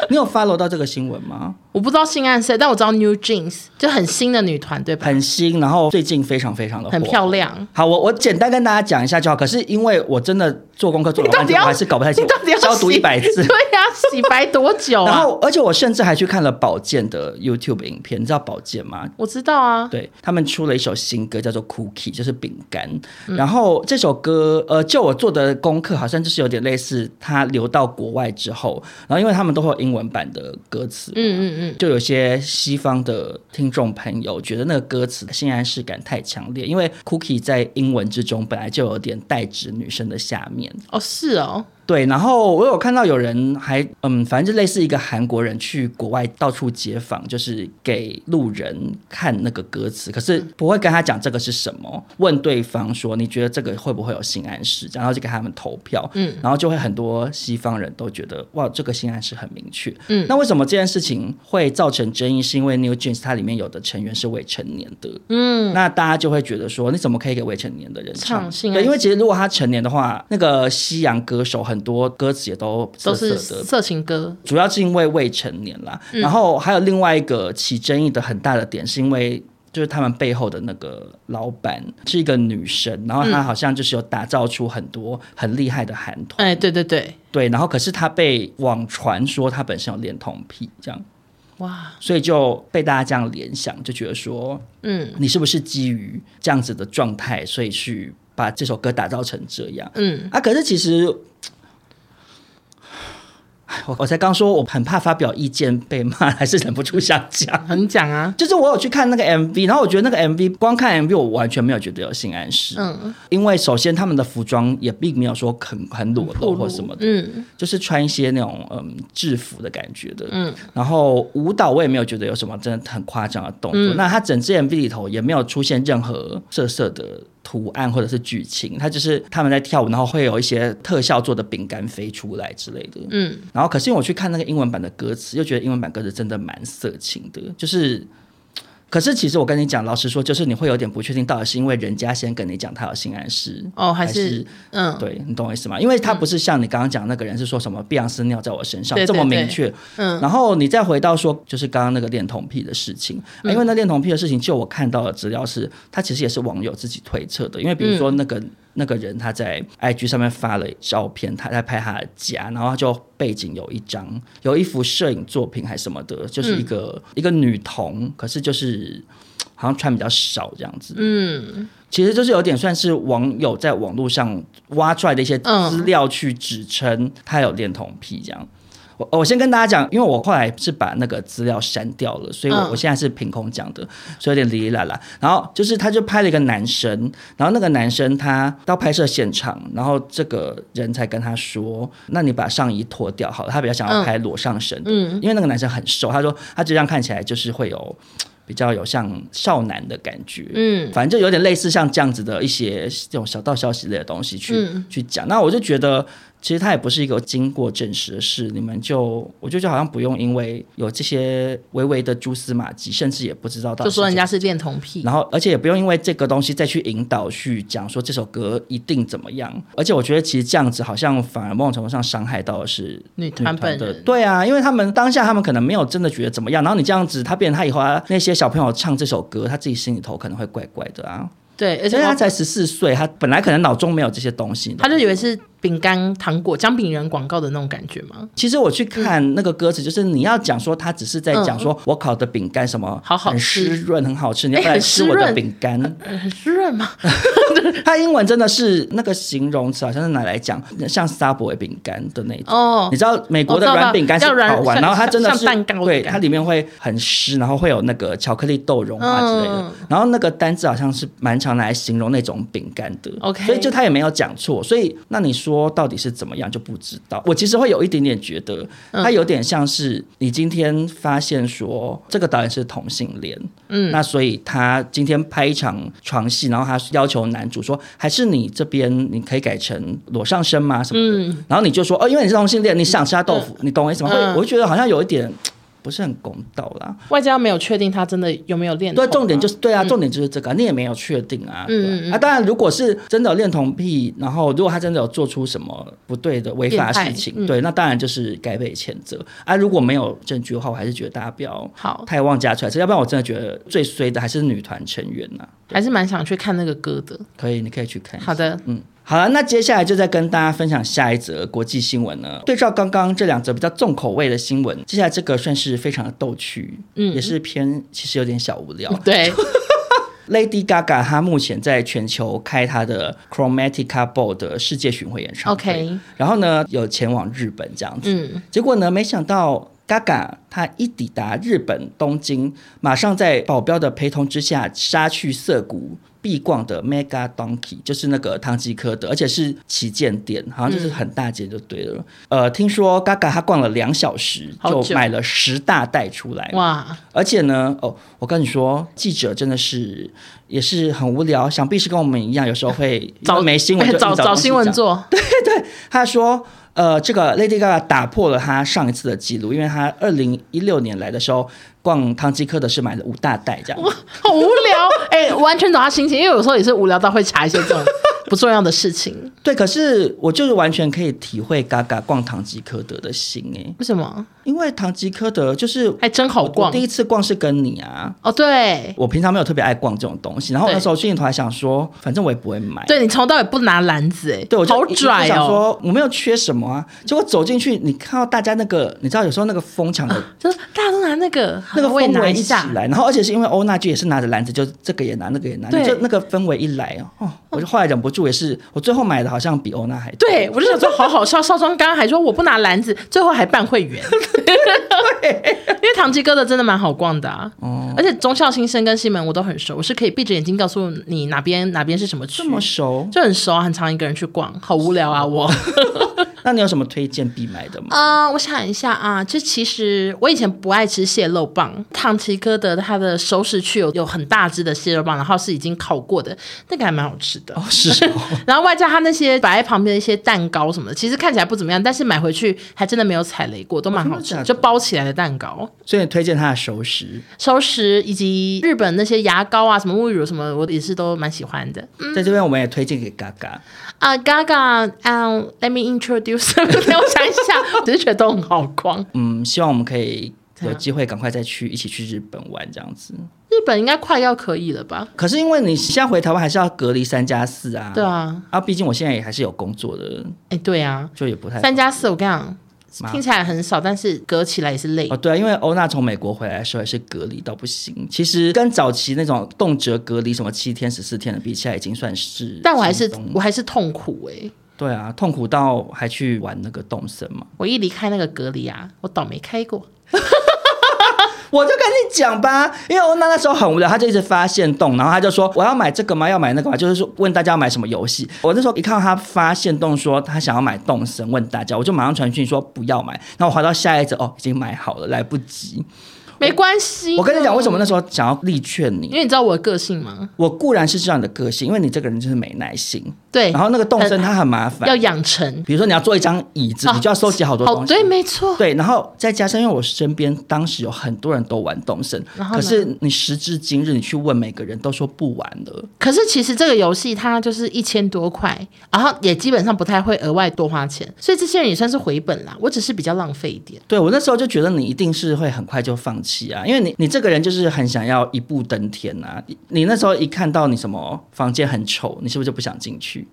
Speaker 3: 你有 follow 到这个新闻吗？
Speaker 1: 我不知道性暗示，但我知道 New Jeans 就很新的女团，对吧？
Speaker 3: 很新，然后最近非常非常的
Speaker 1: 很
Speaker 3: 火
Speaker 1: 漂亮。
Speaker 3: 好，我我简单跟大家讲一下就好。可是因为我真的做功课做 了
Speaker 1: 你到
Speaker 3: 半
Speaker 1: 底
Speaker 3: 天，
Speaker 1: 要
Speaker 3: 我还是搞不太清
Speaker 1: 你到底
Speaker 3: 楚，
Speaker 1: 要
Speaker 3: 消毒一
Speaker 1: 洗
Speaker 3: 百次
Speaker 1: 对。呀、洗白多久
Speaker 3: 然
Speaker 1: 啊？
Speaker 3: 后，而且我甚至还去看了宝剑的 YouTube 影片，你知道宝剑吗？
Speaker 1: 我知道啊，
Speaker 3: 对他们出了一首新歌，叫做《Cookie》，就是饼干。然后这首歌，呃，就我做的功课，好像就是有点类似他流到国外之后，然后因为他们都会有英文版的歌词，
Speaker 1: 嗯嗯嗯，
Speaker 3: 就有些西方的听众朋友觉得那个歌词的性暗示感太强烈，因为 Cookie 在英文之中本来就有点代指女生的下面。
Speaker 1: 哦是哦，
Speaker 3: 对，然后我有看到有人还嗯，反正就类似一个韩国人去国外到处街访，就是给路人看那个歌词，可是不会跟他讲这个是什么，问对方说你觉得这个会不会有性暗示，然后就给他们投票，嗯，然后就会很多西方人都觉得哇，这个性暗示很明确，嗯，那为什么这件事情会造成争议？是因为 New Jeans 它里面有的成员是未成年的，嗯，那大家就会觉得说你怎么可以给未成年的人唱
Speaker 1: 唱性暗
Speaker 3: 对，
Speaker 1: 示
Speaker 3: 因为其实如果他成年的话，那个西洋歌手很多歌词也都
Speaker 1: 都
Speaker 3: 色色
Speaker 1: 是嗯
Speaker 3: 的。
Speaker 1: 色情歌，
Speaker 3: 主要是因为未成年啦，然后还有另外一个起争议的很大的点，是因为就是他们背后的那个老板是一个女生，然后她好像就是有打造出很多很厉害的韩团，
Speaker 1: 哎，对对对，
Speaker 3: 对，然后可是她被网传说她本身有恋童癖，这样，
Speaker 1: 哇，
Speaker 3: 所以就被大家这样联想，就觉得说
Speaker 1: 嗯
Speaker 3: 你是不是基于这样子的状态，所以去把这首歌打造成这样？
Speaker 1: 嗯，
Speaker 3: 啊，可是其实。唉我我才刚说，我很怕发表意见被骂，还是忍不住想讲。
Speaker 1: 很讲啊，
Speaker 3: 就是我有去看那个 MV，然后我觉得那个 MV 光看 MV，我完全没有觉得有性暗示。
Speaker 1: 嗯，
Speaker 3: 因为首先他们的服装也并没有说很很裸
Speaker 1: 暴
Speaker 3: 露
Speaker 1: 露
Speaker 3: 或什么的，
Speaker 1: 嗯，
Speaker 3: 就是穿一些那种嗯制服的感觉的。
Speaker 1: 嗯，
Speaker 3: 然后舞蹈我也没有觉得有什么真的很夸张的动作。
Speaker 1: 嗯
Speaker 3: 那它整支 MV 里头也没有出现任何色色的图案或者是剧情，它就是他们在跳舞，然后会有一些特效做的饼干飞出来之类的。
Speaker 1: 嗯，
Speaker 3: 然后可是因为我去看那个英文版的歌词，又觉得英文版歌词真的蛮色情的，就是。可是其实我跟你讲，老实说，就是你会有点不确定，到底是因为人家先跟你讲他有性暗示，
Speaker 1: 哦，还
Speaker 3: 还
Speaker 1: 是嗯，
Speaker 3: 对你懂我意思吗？因为他不是像你刚刚讲那个人是说什么碧昂斯尿在我身上
Speaker 1: 对对
Speaker 3: 这么明确，
Speaker 1: 嗯
Speaker 3: 然后你再回到说就是刚刚那个恋童癖的事情，
Speaker 1: 嗯
Speaker 3: 啊因为那恋童癖的事情，就我看到的资料是，他其实也是网友自己推测的，因为比如说那
Speaker 1: 嗯
Speaker 3: 个。那个人他在 IG 上面发了照片，他在拍他的家，然后他就背景有一张有一幅摄影作品还什么的，就是一个、
Speaker 1: 嗯
Speaker 3: 一个女童，可是就是好像穿比较少这样子，
Speaker 1: 嗯，
Speaker 3: 其实就是有点算是网友在网络上挖出来的一些资料去指称他有恋童癖这样。我我先跟大家讲，因为我后来是把那个资料删掉了，所以我、
Speaker 1: 嗯
Speaker 3: 我现在是凭空讲的，所以有点哩哩啦啦。然后就是他就拍了一个男生，然后那个男生他到拍摄现场，然后这个人才跟他说：“那你把上衣脱掉好了。”他比较想要拍裸上身
Speaker 1: 嗯
Speaker 3: 的，因为那个男生很瘦，他说他这样看起来就是会有比较有像少男的感觉，
Speaker 1: 嗯
Speaker 3: 反正就有点类似像这样子的一些这种小道消息类的东西去、
Speaker 1: 嗯
Speaker 3: 去讲。那我就觉得，其实它也不是一个经过证实的事，你们就我就就好像不用因为有这些微微的蛛丝马迹，甚至也不知道到底
Speaker 1: 就是说人
Speaker 3: 怎
Speaker 1: 家是恋童癖，
Speaker 3: 然后，而且也不用因为这个东西再去引导去讲说这首歌一定怎么样。而且我觉得其实这样子好像反而某种程度上伤害到的是
Speaker 1: 女团
Speaker 3: 团
Speaker 1: 本
Speaker 3: 的，
Speaker 1: 人
Speaker 3: 对啊，因为他们当下他们可能没有真的觉得怎么样，然后你这样子，他变成他以后啊，那些小朋友唱这首歌，他自己心里头可能会怪怪的啊。
Speaker 1: 对，而
Speaker 3: 而且
Speaker 1: 且
Speaker 3: 他
Speaker 1: 他
Speaker 3: 才十四岁，他本来可能脑中没有这些东西的。
Speaker 1: 他就以为是饼干、糖果、姜饼人广告的那种感觉嘛，
Speaker 3: 其实我去看那个歌词，就是你要讲说他只是在讲说我烤的饼干什么
Speaker 1: 嗯好好
Speaker 3: 很
Speaker 1: 吃
Speaker 3: 湿润，很好吃，你要
Speaker 1: 哎
Speaker 3: 不要来
Speaker 1: 很
Speaker 3: 吃
Speaker 1: 湿
Speaker 3: 我的
Speaker 1: 润
Speaker 3: 饼干？
Speaker 1: 很湿润嘛，
Speaker 3: 它英文真的是那个形容词，好像是拿来讲像 Subway 饼干的那种。
Speaker 1: 哦
Speaker 3: 你知道美国的
Speaker 1: 我知道
Speaker 3: 软饼干是
Speaker 1: 要软
Speaker 3: 烤完，
Speaker 1: 像
Speaker 3: 然后它真的
Speaker 1: 像
Speaker 3: 是
Speaker 1: 蛋糕的
Speaker 3: 对，
Speaker 1: 感觉
Speaker 3: 它里面会很湿，然后会有那个巧克力豆蓉啊之类的。
Speaker 1: 嗯
Speaker 3: 然后那个单字好像是蛮常拿来形容那种饼干的。
Speaker 1: OK
Speaker 3: 所以就他也没有讲错，所以那你说到底是怎么样就不知道。我其实会有一点点觉得，
Speaker 1: 嗯
Speaker 3: 它有点像是你今天发现说这个导演是同性恋，嗯，那所以他今天拍一场床戏，然后他要求男主说，还是你这边你可以改成裸上身吗？什么的，然后你就说哦，因为你是同性恋，你想吃他豆腐，你懂我意思吗？会，
Speaker 1: 嗯
Speaker 3: 我就觉得好像有一点。不是很公道啦，
Speaker 1: 外加没有确定他真的有没有恋童
Speaker 3: 对
Speaker 1: 啊，，
Speaker 3: 重点就是对啊，重点就是这个，你也没有确定啊。
Speaker 1: 嗯
Speaker 3: 嗯啊，当然，如果是真的有恋童癖，然后如果他真的有做出什么不对的违法
Speaker 1: 变态
Speaker 3: 事情，
Speaker 1: 嗯
Speaker 3: 对，那当然就是该被谴责啊。如果没有证据的话，我还是觉得大家不要
Speaker 1: 好
Speaker 3: 太妄加揣测，要不然我真的觉得最衰的还是女团成员啊呐、
Speaker 1: 还是蛮想去看那个歌的。
Speaker 3: 可以，你可以去看一下。
Speaker 1: 好的，
Speaker 3: 嗯，好了，那接下来就再跟大家分享下一则国际新闻呢。对照刚刚这两则比较重口味的新闻，接下来这个算是非常的逗趣，嗯，也是偏其实有点小无聊。
Speaker 1: 对，
Speaker 3: Lady Gaga 她目前在全球开她的 Chromatica Ball 的世界巡回演唱会
Speaker 1: OK
Speaker 3: 然后呢有前往日本这样子，
Speaker 1: 嗯，
Speaker 3: 结果呢没想到 Gaga 她一抵达日本东京，马上在保镖的陪同之下杀去涩谷。必逛的 Mega Donkey 就是那个唐吉诃德，而且是旗舰店，好像就是很大间就对了。呃，听说 Gaga 她逛了两小时，
Speaker 1: 好
Speaker 3: 就
Speaker 1: 久
Speaker 3: 买了十大袋出来。
Speaker 1: 哇，
Speaker 3: 而且呢，哦，我跟你说，记者真的是也是很无聊，想必是跟我们一样，有时候会因
Speaker 1: 找
Speaker 3: 为没新闻就
Speaker 1: 找
Speaker 3: 一直
Speaker 1: 找
Speaker 3: 东西
Speaker 1: 新闻
Speaker 3: 讲。
Speaker 1: 做，
Speaker 3: 他说，呃，这个 Lady Gaga 打破了她上一次的记录，因为她二零一六年来的时候逛唐吉诃德是买了五大袋这样。
Speaker 1: 好无聊，哎、完全懂他心情，因为有时候也是无聊到会查一些这种不重要的事情。
Speaker 3: 对，可是我就是完全可以体会 Gaga 逛唐吉诃德的心诶、
Speaker 1: 为什么？
Speaker 3: 因为唐吉诃德就是
Speaker 1: 还真好
Speaker 3: 我
Speaker 1: 逛
Speaker 3: 第一次逛是跟你啊。
Speaker 1: 哦，对，
Speaker 3: 我平常没有特别爱逛这种东西，然后我那
Speaker 1: 对
Speaker 3: 时候去年头还想说，反正我也不会买，
Speaker 1: 对你从头到尾不拿篮子、哎，
Speaker 3: 对，我就
Speaker 1: 好
Speaker 3: 一一直
Speaker 1: 拽
Speaker 3: 想
Speaker 1: 哦，
Speaker 3: 说我没有缺什么啊，结果走进去，你看到大家那个，你知道有时候那个风抢的、
Speaker 1: 就是大家都拿那个，
Speaker 3: 那个
Speaker 1: 好我也
Speaker 3: 氛
Speaker 1: 拿
Speaker 3: 围
Speaker 1: 一
Speaker 3: 一起
Speaker 1: 下，
Speaker 3: 来，然后而且是因为欧娜剧也是拿着篮子，就这个也拿那个也拿，
Speaker 1: 对嗯
Speaker 3: 你就那个氛围一来哦，我就后来忍不住也是，我最后买的好像比欧娜还多
Speaker 1: 对，我就想说好好笑，少庄刚刚还说我不拿篮子，最后还办会 员。因为唐吉诃德真的蛮好逛的啊，
Speaker 3: 哦
Speaker 1: 而且忠孝新生跟西门我都很熟，我是可以闭着眼睛告诉你哪边哪边是什么区
Speaker 3: 这，么熟。
Speaker 1: 就很熟啊，很常一个人去逛，好无聊啊我。
Speaker 3: 那你有什么推荐必买的吗？
Speaker 1: 啊、我想一下啊，就其实我以前不爱吃蟹肉棒，唐吉诃德它的熟食区有有很大只的蟹肉棒，然后是已经烤过的，那个还蛮好吃的。
Speaker 3: 哦，是哦，
Speaker 1: 然后外加它那些摆在旁边的一些蛋糕什么的，其实看起来不怎么样，但是买回去还真的没有踩雷过，都蛮好吃
Speaker 3: 哦真的假的
Speaker 1: 就包起来的蛋糕、
Speaker 3: 所以你推荐它的熟食。
Speaker 1: 熟食以及日本那些牙膏啊、什么沐浴乳什么，我也是都蛮喜欢的。
Speaker 3: 在这边我们也推荐给嘎嘎，
Speaker 1: 啊、g a g a 嗯、l e t me introduce，我 想一下，只是觉得都很好逛。
Speaker 3: 嗯，希望我们可以有
Speaker 1: 样
Speaker 3: 机会赶快再去一起去日本玩这样子。
Speaker 1: 日本应该快要可以了吧？
Speaker 3: 可是因为你现在回台湾还是要隔离三加四啊，
Speaker 1: 对啊，
Speaker 3: 啊，毕竟我现在也还是有工作的，
Speaker 1: 哎，对啊，
Speaker 3: 就也不太
Speaker 1: 三加四，我跟你讲，
Speaker 3: 麻
Speaker 1: 听起来很少，但是隔起来也是累。
Speaker 3: 哦，对啊，因为欧娜从美国回来的时候也是隔离到不行，其实跟早期那种动辄隔离什么七天十四天的比起来，已经算是，
Speaker 1: 但我还是我还是痛苦哎、
Speaker 3: 对啊，痛苦到还去玩那个动森嘛，
Speaker 1: 我一离开那个隔离啊，我倒霉开过。
Speaker 3: 我就跟你讲吧，因为欧娜那时候很无聊，她就一直发现动，然后她就说我要买这个吗？要买那个吗？就是说问大家要买什么游戏。我那时候一看到她发现动说她想要买动森，问大家，我就马上传讯说不要买，然后我滑到下一则哦，已经买好了，来不及。
Speaker 1: 没关系。
Speaker 3: 我跟你讲，为什么？那时候想要力劝你
Speaker 1: 因？为你知道我的个性吗？
Speaker 3: 我固然是这样的个性，因为你这个人就是没耐心。
Speaker 1: 对，
Speaker 3: 然后那个动身它很麻烦，
Speaker 1: 哎呃要养成。
Speaker 3: 比如说你要做一张椅子，
Speaker 1: 啊
Speaker 3: 你就要收集好多
Speaker 1: 哦，
Speaker 3: 东西。
Speaker 1: 对，没错。
Speaker 3: 对，然后再加上，因为我身边当时有很多人都玩动身，
Speaker 1: 然后呢
Speaker 3: 可是你时至今日，你去问每个人都说不玩了。
Speaker 1: 可是其实这个游戏它就是一千多块，然后也基本上不太会额外多花钱，所以这些人也算是回本啦。我只是比较浪费一点。
Speaker 3: 对我那时候就觉得你一定是会很快就放弃啊，因为你你这个人就是很想要一步登天啊。你你那时候一看到你什么房间很丑，你是不是就不想进去？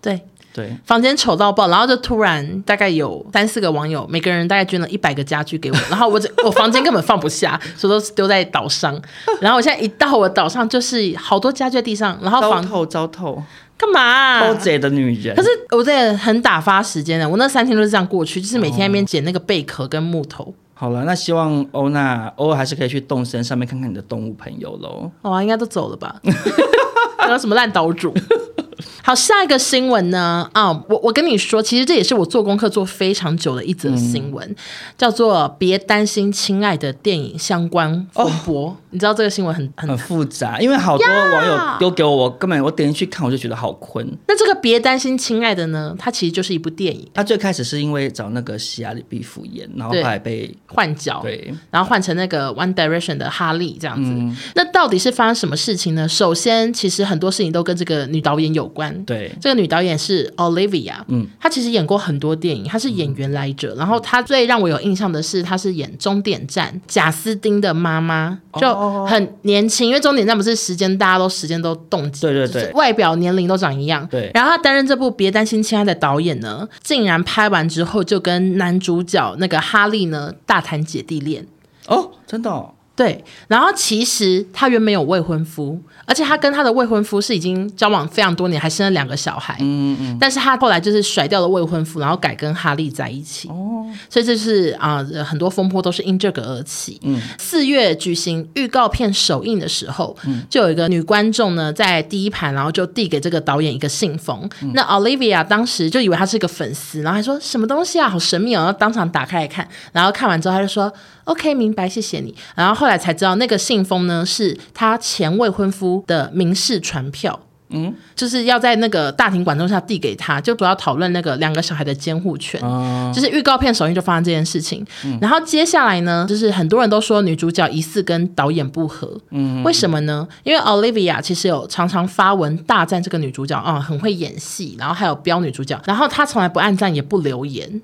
Speaker 1: 对，
Speaker 3: 对，
Speaker 1: 房间丑到爆，然后就突然大概有三四个网友，每个人大概捐了一百个家具给我， 然后我只我房间根本放不下，所以都是丢在岛上。然后我现在一到我岛上，就是好多家具在地上，然后
Speaker 3: 糟
Speaker 1: 房
Speaker 3: 透糟透，
Speaker 1: 干嘛啊、
Speaker 3: 偷贼的女人。
Speaker 1: 可是我真的很打发时间的，我那三天都是这样过去，就是每天在那边捡那个贝壳跟木头。
Speaker 3: 好了，那希望欧娜偶尔还是可以去动身上面看看你的动物朋友喽。
Speaker 1: 好吧、应该都走了吧？ 还有什么烂岛主？好，下一个新闻呢？啊、我我跟你说，其实这也是我做功课做非常久的一则新闻，叫做“别担心，亲爱的”电影相关风波。你知道这个新闻很很
Speaker 3: 很复杂，因为好多网友丢给我，我根本我点进去看我就觉得好困。
Speaker 1: 那这个“别担心，亲爱的”呢？它其实就是一部电影，
Speaker 3: 他最开始是因为找那个希亚里毕复演，然后后
Speaker 1: 对
Speaker 3: 来被
Speaker 1: 换角，
Speaker 3: 对
Speaker 1: 然后换成那个 One Direction 的哈利这样子。那到底是发生什么事情呢？首先，其实很多事情都跟这个女导演有关。
Speaker 3: 对
Speaker 1: 这个女导演是 Olivia，嗯，她其实演过很多电影，她是演员来着。
Speaker 3: 嗯
Speaker 1: 然后她最让我有印象的是，她是演《终点站》贾斯汀的妈妈，
Speaker 3: 哦
Speaker 1: 就很年轻，因为《终点站》不是时间大家都时间都冻结，
Speaker 3: 对对
Speaker 1: 就是
Speaker 3: 对
Speaker 1: 外表年龄都长一样。
Speaker 3: 对
Speaker 1: 然后她担任这部《别担心，亲爱的》导演呢，竟然拍完之后就跟男主角那个哈利呢大谈姐弟恋。
Speaker 3: 哦，真的、哦，
Speaker 1: 对，然后其实她原本有未婚夫，而且她跟她的未婚夫是已经交往非常多年，还生了两个小孩。嗯嗯。但是她后来就是甩掉了未婚夫，然后改跟哈利在一起。哦。所以这是啊、呃很多风波都是因这个而起。嗯。四月举行预告片首映的时候，就有一个女观众呢在第一排，然后就递给这个导演一个信封。那 Olivia 当时就以为她是个粉丝，然后还说什么东西啊，好神秘哦，然后当场打开来看，然后看完之后她就说 OK 明白，谢谢你。然后后来才知道那个信封呢是她前未婚夫的民事传票。嗯，就是要在那个大庭广众下递给他，就主要讨论那个两个小孩的监护权。
Speaker 3: 哦
Speaker 1: 就是预告片首映就发生这件事情，
Speaker 3: 嗯
Speaker 1: 然后接下来呢，就是很多人都说女主角疑似跟导演不合，
Speaker 3: 嗯
Speaker 1: 为什么呢？因为 Olivia 其实有常常发文大赞这个女主角啊、很会演戏，然后还有标女主角，然后她从来不暗赞也不留言，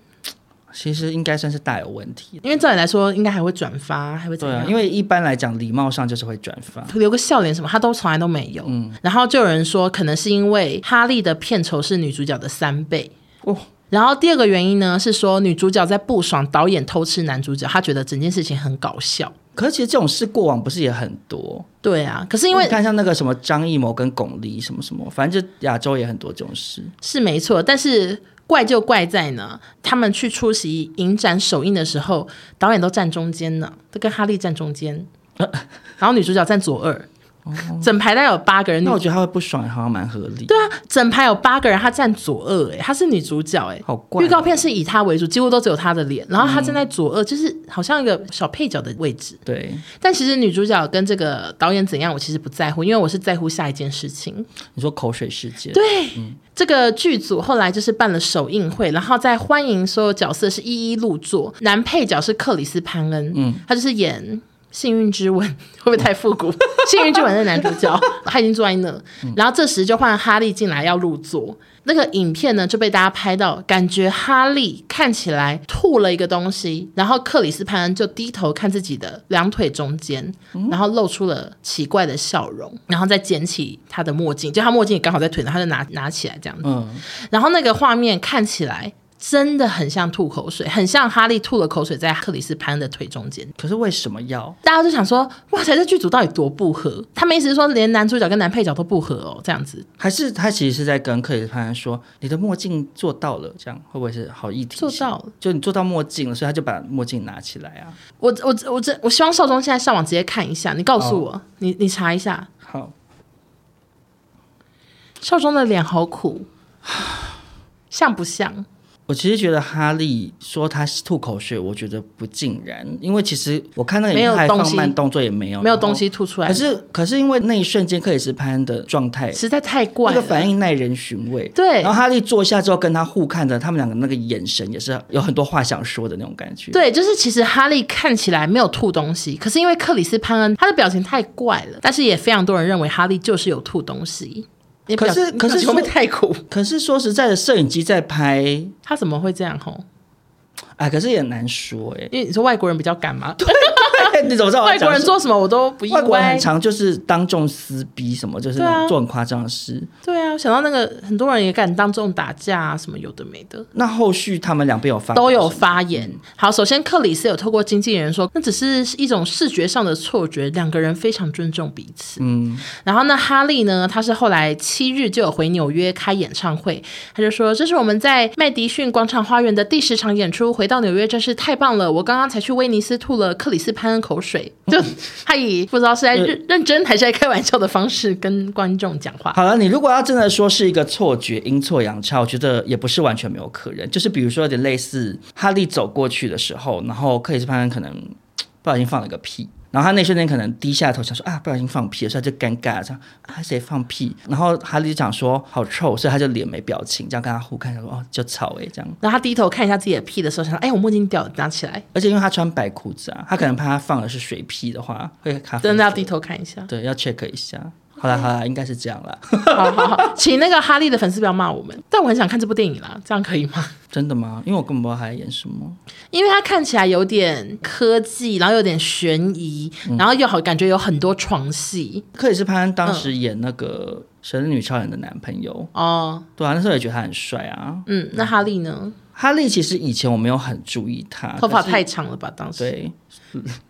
Speaker 3: 其实应该算是大有问题。
Speaker 1: 因为照理来说应该还会转发，还会怎
Speaker 3: 对
Speaker 1: 么样？
Speaker 3: 啊，因为一般来讲礼貌上就是会转发。
Speaker 1: 留个笑脸什么，他都从来都没有。
Speaker 3: 嗯
Speaker 1: 然后就有人说，可能是因为哈利的片酬是女主角的三倍。
Speaker 3: 哦
Speaker 1: 然后第二个原因呢，是说女主角在不爽导演偷吃男主角，她觉得整件事情很搞笑。
Speaker 3: 可是其实这种事过往不是也很多，
Speaker 1: 对啊，可是因为
Speaker 3: 你看像那个什么张艺谋跟巩俐什么什么，反正就亚洲也很多这种事。
Speaker 1: 是没错，但是怪就怪在呢，他们去出席影展首映的时候， 导演都站中间呢，都跟哈利站中间，然后女主角站左二。整排大概有八个人，
Speaker 3: 哦那我觉得他会不爽，好像蛮合理。
Speaker 1: 嗯对啊，整排有八个人，她站左二、欸，哎，她是女主角、欸，哎，
Speaker 3: 好怪哦嗯
Speaker 1: 预告片是以她为主，几乎都只有她的脸，然后她站在左二，就是好像一个小配角的位置。
Speaker 3: 对，
Speaker 1: 但其实女主角跟这个导演怎样，我其实不在乎，因为我是在乎下一件事情。
Speaker 3: 你说口水世界，
Speaker 1: 对，这个剧组后来就是办了首映会，然后在欢迎所有角色是一一入座，男配角是克里斯潘恩，嗯，他就是演。幸运之吻 会不会太复古？幸运之吻是男主角， 他已经坐在那，然后这时就换哈利进来要入座。那个影片呢就被大家拍到，感觉哈利看起来吐了一个东西，然后克里斯潘恩就低头看自己的两腿中间，然后露出了奇怪的笑容，然后再捡起他的墨镜，就他墨镜也刚好在腿上，他就拿拿起来这样子。
Speaker 3: 嗯，
Speaker 1: 然后那个画面看起来真的很像吐口水，很像哈利吐了口水在克里斯潘的腿中间。
Speaker 3: 可是为什么要？
Speaker 1: 大家就想说，哇塞，这剧组到底多不合？他们意思是说，连男主角跟男配角都不合哦，这样子
Speaker 3: 还是他其实是在跟克里斯潘恩说，你的墨镜做到了，这样会不会是好议题？
Speaker 1: 做到了。
Speaker 3: 就你做到墨镜了，所以他就把墨镜拿起来啊。
Speaker 1: 我我我这我希望少中现在上网直接看一下，你告诉
Speaker 3: 哦
Speaker 1: 我，你你查一下，
Speaker 3: 好，
Speaker 1: 少中的脸好苦，像不像？
Speaker 3: 我其实觉得哈利说他吐口水，我觉得不尽然，因为其实我看那个影
Speaker 1: 没有
Speaker 3: 片还
Speaker 1: 东
Speaker 3: 放
Speaker 1: 西
Speaker 3: 慢动作也没有，
Speaker 1: 没有
Speaker 3: 然后
Speaker 1: 东西吐出来，
Speaker 3: 哦可是可是因为那一瞬间，克里斯潘的状态，
Speaker 1: 实在太
Speaker 3: 那
Speaker 1: 怪
Speaker 3: 个
Speaker 1: 了。
Speaker 3: 反应耐人寻味。
Speaker 1: 对
Speaker 3: 然后哈利坐下之后，跟他互看着，他们两个那个眼神也是有很多话想说的那种感觉。，
Speaker 1: 对，就是其实哈利看起来没有吐东西，可是因为克里斯潘恩他的表情太怪了，但是也非常多人认为哈利就是有吐东西。你表
Speaker 3: 可是
Speaker 1: 你
Speaker 3: 可是
Speaker 1: 表情会不会
Speaker 3: 说
Speaker 1: 太苦？
Speaker 3: 可是说实在的，摄影机在拍，
Speaker 1: 他怎么会这样吼？
Speaker 3: 哎，可是也难说哎、
Speaker 1: 因为你说外国人比较敢吗？
Speaker 3: 你怎么知道我
Speaker 1: 外
Speaker 3: 要啊讲
Speaker 1: 国人
Speaker 3: 什么？
Speaker 1: 做什么我都不意
Speaker 3: 外国人
Speaker 1: 外
Speaker 3: 很。常就是当众撕逼什么，就是
Speaker 1: 对啊
Speaker 3: 那种做很夸张的事。
Speaker 1: 对啊，我想到那个很多人也敢当众打架啊，什么有的没的。
Speaker 3: 那后续他们两边有发
Speaker 1: 都有
Speaker 3: 表什嗯么
Speaker 1: 发言。好，首先克里斯有透过经纪人说，那只是一种视觉上的错觉，两个人非常尊重彼此。
Speaker 3: 嗯，
Speaker 1: 然后呢，哈利呢，他是后来七日就有回纽约开演唱会，他就说这是我们在麦迪逊广场花园的第十场演出，回到纽约真是太棒了。我刚刚才去威尼斯吐了克里斯潘恩口 水，就他以不知道是在认认真还是在开玩笑的方式跟观众讲话。
Speaker 3: 好了，你如果要真的说是一个错觉，阴错阳差，我觉得也不是完全没有可能。就是比如说有点类似哈利走过去的时候，然后克里斯潘恩可能嘖不小心放了个屁。然后他那瞬间可能低下头想说啊，不小心放屁了，所以他就尴尬，这样啊谁放屁？然后哈利就想说好臭，所以他就脸没表情，这样跟他互看，想说哦就吵哎、欸、这样。
Speaker 1: 然后他低头看一下自己的屁的时候，想说：“哎，我墨镜掉了，拿起来。
Speaker 3: 而且因为他穿白裤子啊，他可能怕他放的是水屁的话会咖”啡。
Speaker 1: 真的要低，头看一下。
Speaker 3: 对，要 check 一下。好啦好啦，应该是这样啦。
Speaker 1: 好好好，请那个哈利的粉丝不要骂我们，但我很想看这部电影啦，这样可以吗？
Speaker 3: 真的吗？因为我根本不知道他在演什么。
Speaker 1: 因为它看起来有点科技，然后有点悬疑，然后又好感觉有很多床戏
Speaker 3: 克里斯潘恩当
Speaker 1: 嗯
Speaker 3: 时演那个《神力女超人》的男朋友，
Speaker 1: 哦。
Speaker 3: 对啊，那时候也觉得他很帅啊。
Speaker 1: 嗯，那哈利呢？
Speaker 3: 哈利其实以前我没有很注意他，
Speaker 1: 头发
Speaker 3: 可是
Speaker 1: 太长了吧？当时
Speaker 3: 对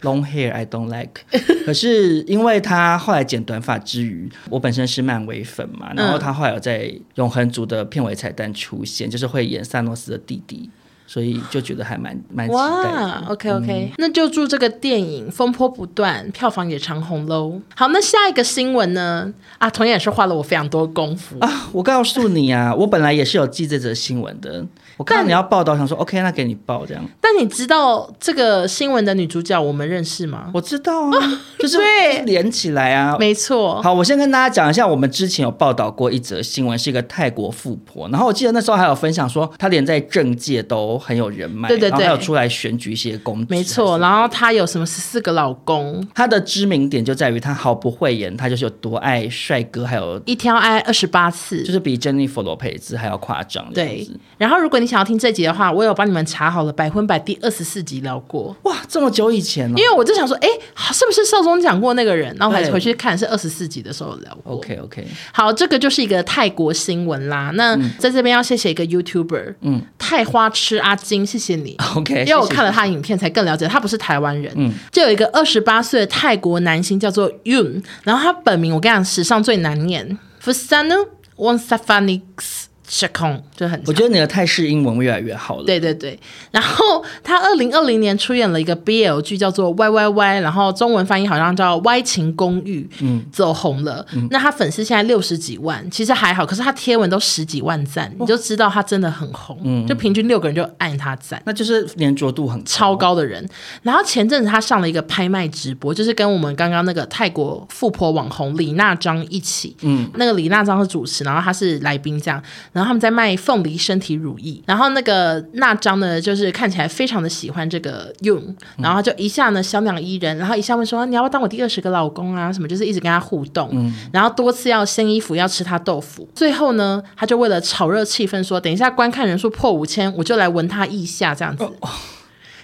Speaker 3: ，long hair I don't like 。 可是因为他后来剪短发之余，我本身是漫威粉
Speaker 1: 嗯
Speaker 3: 嘛，然后他后来有在《永恒族》的片尾彩蛋出现，就是会演萨诺斯的弟弟，所以就觉得还蛮蛮期待的。
Speaker 1: 哇，OK OK，、那就祝这个电影风波不断，票房也长红喽。好，那下一个新闻呢？啊，同样也是花了我非常多功夫。
Speaker 3: 啊！我告诉你啊，我本来也是有记这则新闻的。我看到
Speaker 1: 但
Speaker 3: 你要报道，想说 OK，那给你报这样。
Speaker 1: 但你知道这个新闻的女主角我们认识吗？
Speaker 3: 我知道啊，就是
Speaker 1: 哦对
Speaker 3: 就是连起来啊。
Speaker 1: 没错，
Speaker 3: 好，我先跟大家讲一下，我们之前有报道过一则新闻，是一个泰国富婆，然后我记得那时候还有分享说，她连在政界都很有人脉，
Speaker 1: 对对
Speaker 3: 然后
Speaker 1: 对
Speaker 3: 还有出来选举一些公职，啊
Speaker 1: 没错。。然后她有什么十四个老公，
Speaker 3: 她的知名点就在于她毫不讳言，她就是有多爱帅哥，还有
Speaker 1: 一天要挨二十八次。
Speaker 3: 就是比珍妮佛罗佩兹还要夸张这样
Speaker 1: 对
Speaker 3: 子。，
Speaker 1: 然后如果你想要听这集的话，我有帮你们查好了，百分百第二十四集聊过。
Speaker 3: 哇，这么久以前了、
Speaker 1: 因为我就想说，哎，是不是少宗讲过那个人？然后我还
Speaker 3: 对
Speaker 1: 回去看，是二十四集的时候聊过。
Speaker 3: OK OK，
Speaker 1: 好，这个就是一个泰国新闻啦。那
Speaker 3: 嗯
Speaker 1: 在这边要谢谢一个 YouTuber，嗯，太花痴阿金，谢谢你。
Speaker 3: OK，
Speaker 1: 因为我
Speaker 3: 谢谢嗯
Speaker 1: 看了他的影片，才更了解他不是台湾人。就有一个二十八岁的泰国男星叫做 Yun，然后他本名我跟你讲，史上最难念 Fusanu Wonsafaniks。 c h a k o n 就很
Speaker 3: 我觉得你的泰式英文越来越好了。
Speaker 1: 对对对，然后他二零二零年出演了一个 BL 剧，叫做《Y Y Y》，然后中文翻译好像叫《歪情公寓》，嗯，走红了。那他粉丝现在六十几万，其实还好，可是他贴文都十几万赞，
Speaker 3: 哦
Speaker 1: 你就知道他真的很红，
Speaker 3: 嗯
Speaker 1: 就平均六个人就按他赞。
Speaker 3: 那就是粘着度很
Speaker 1: 超。高的人，然后前阵子他上了一个拍卖直播，就是跟我们刚刚那个泰国富婆网红李娜张一起，嗯，那个李娜张是主持，然后他是来宾这样，然后他们在卖凤梨身体乳液，然后那个娜张呢，就是看起来非常的喜欢这个 Yun，然后就一下呢小鸟依人，然后一下问说你要不要当我第二十个老公啊什么，就是一直跟他互动，然后多次要掀衣服要吃他豆腐，最后呢，他就为了炒热气氛说，等一下观看人数破五千，我就来闻他腋下这样子。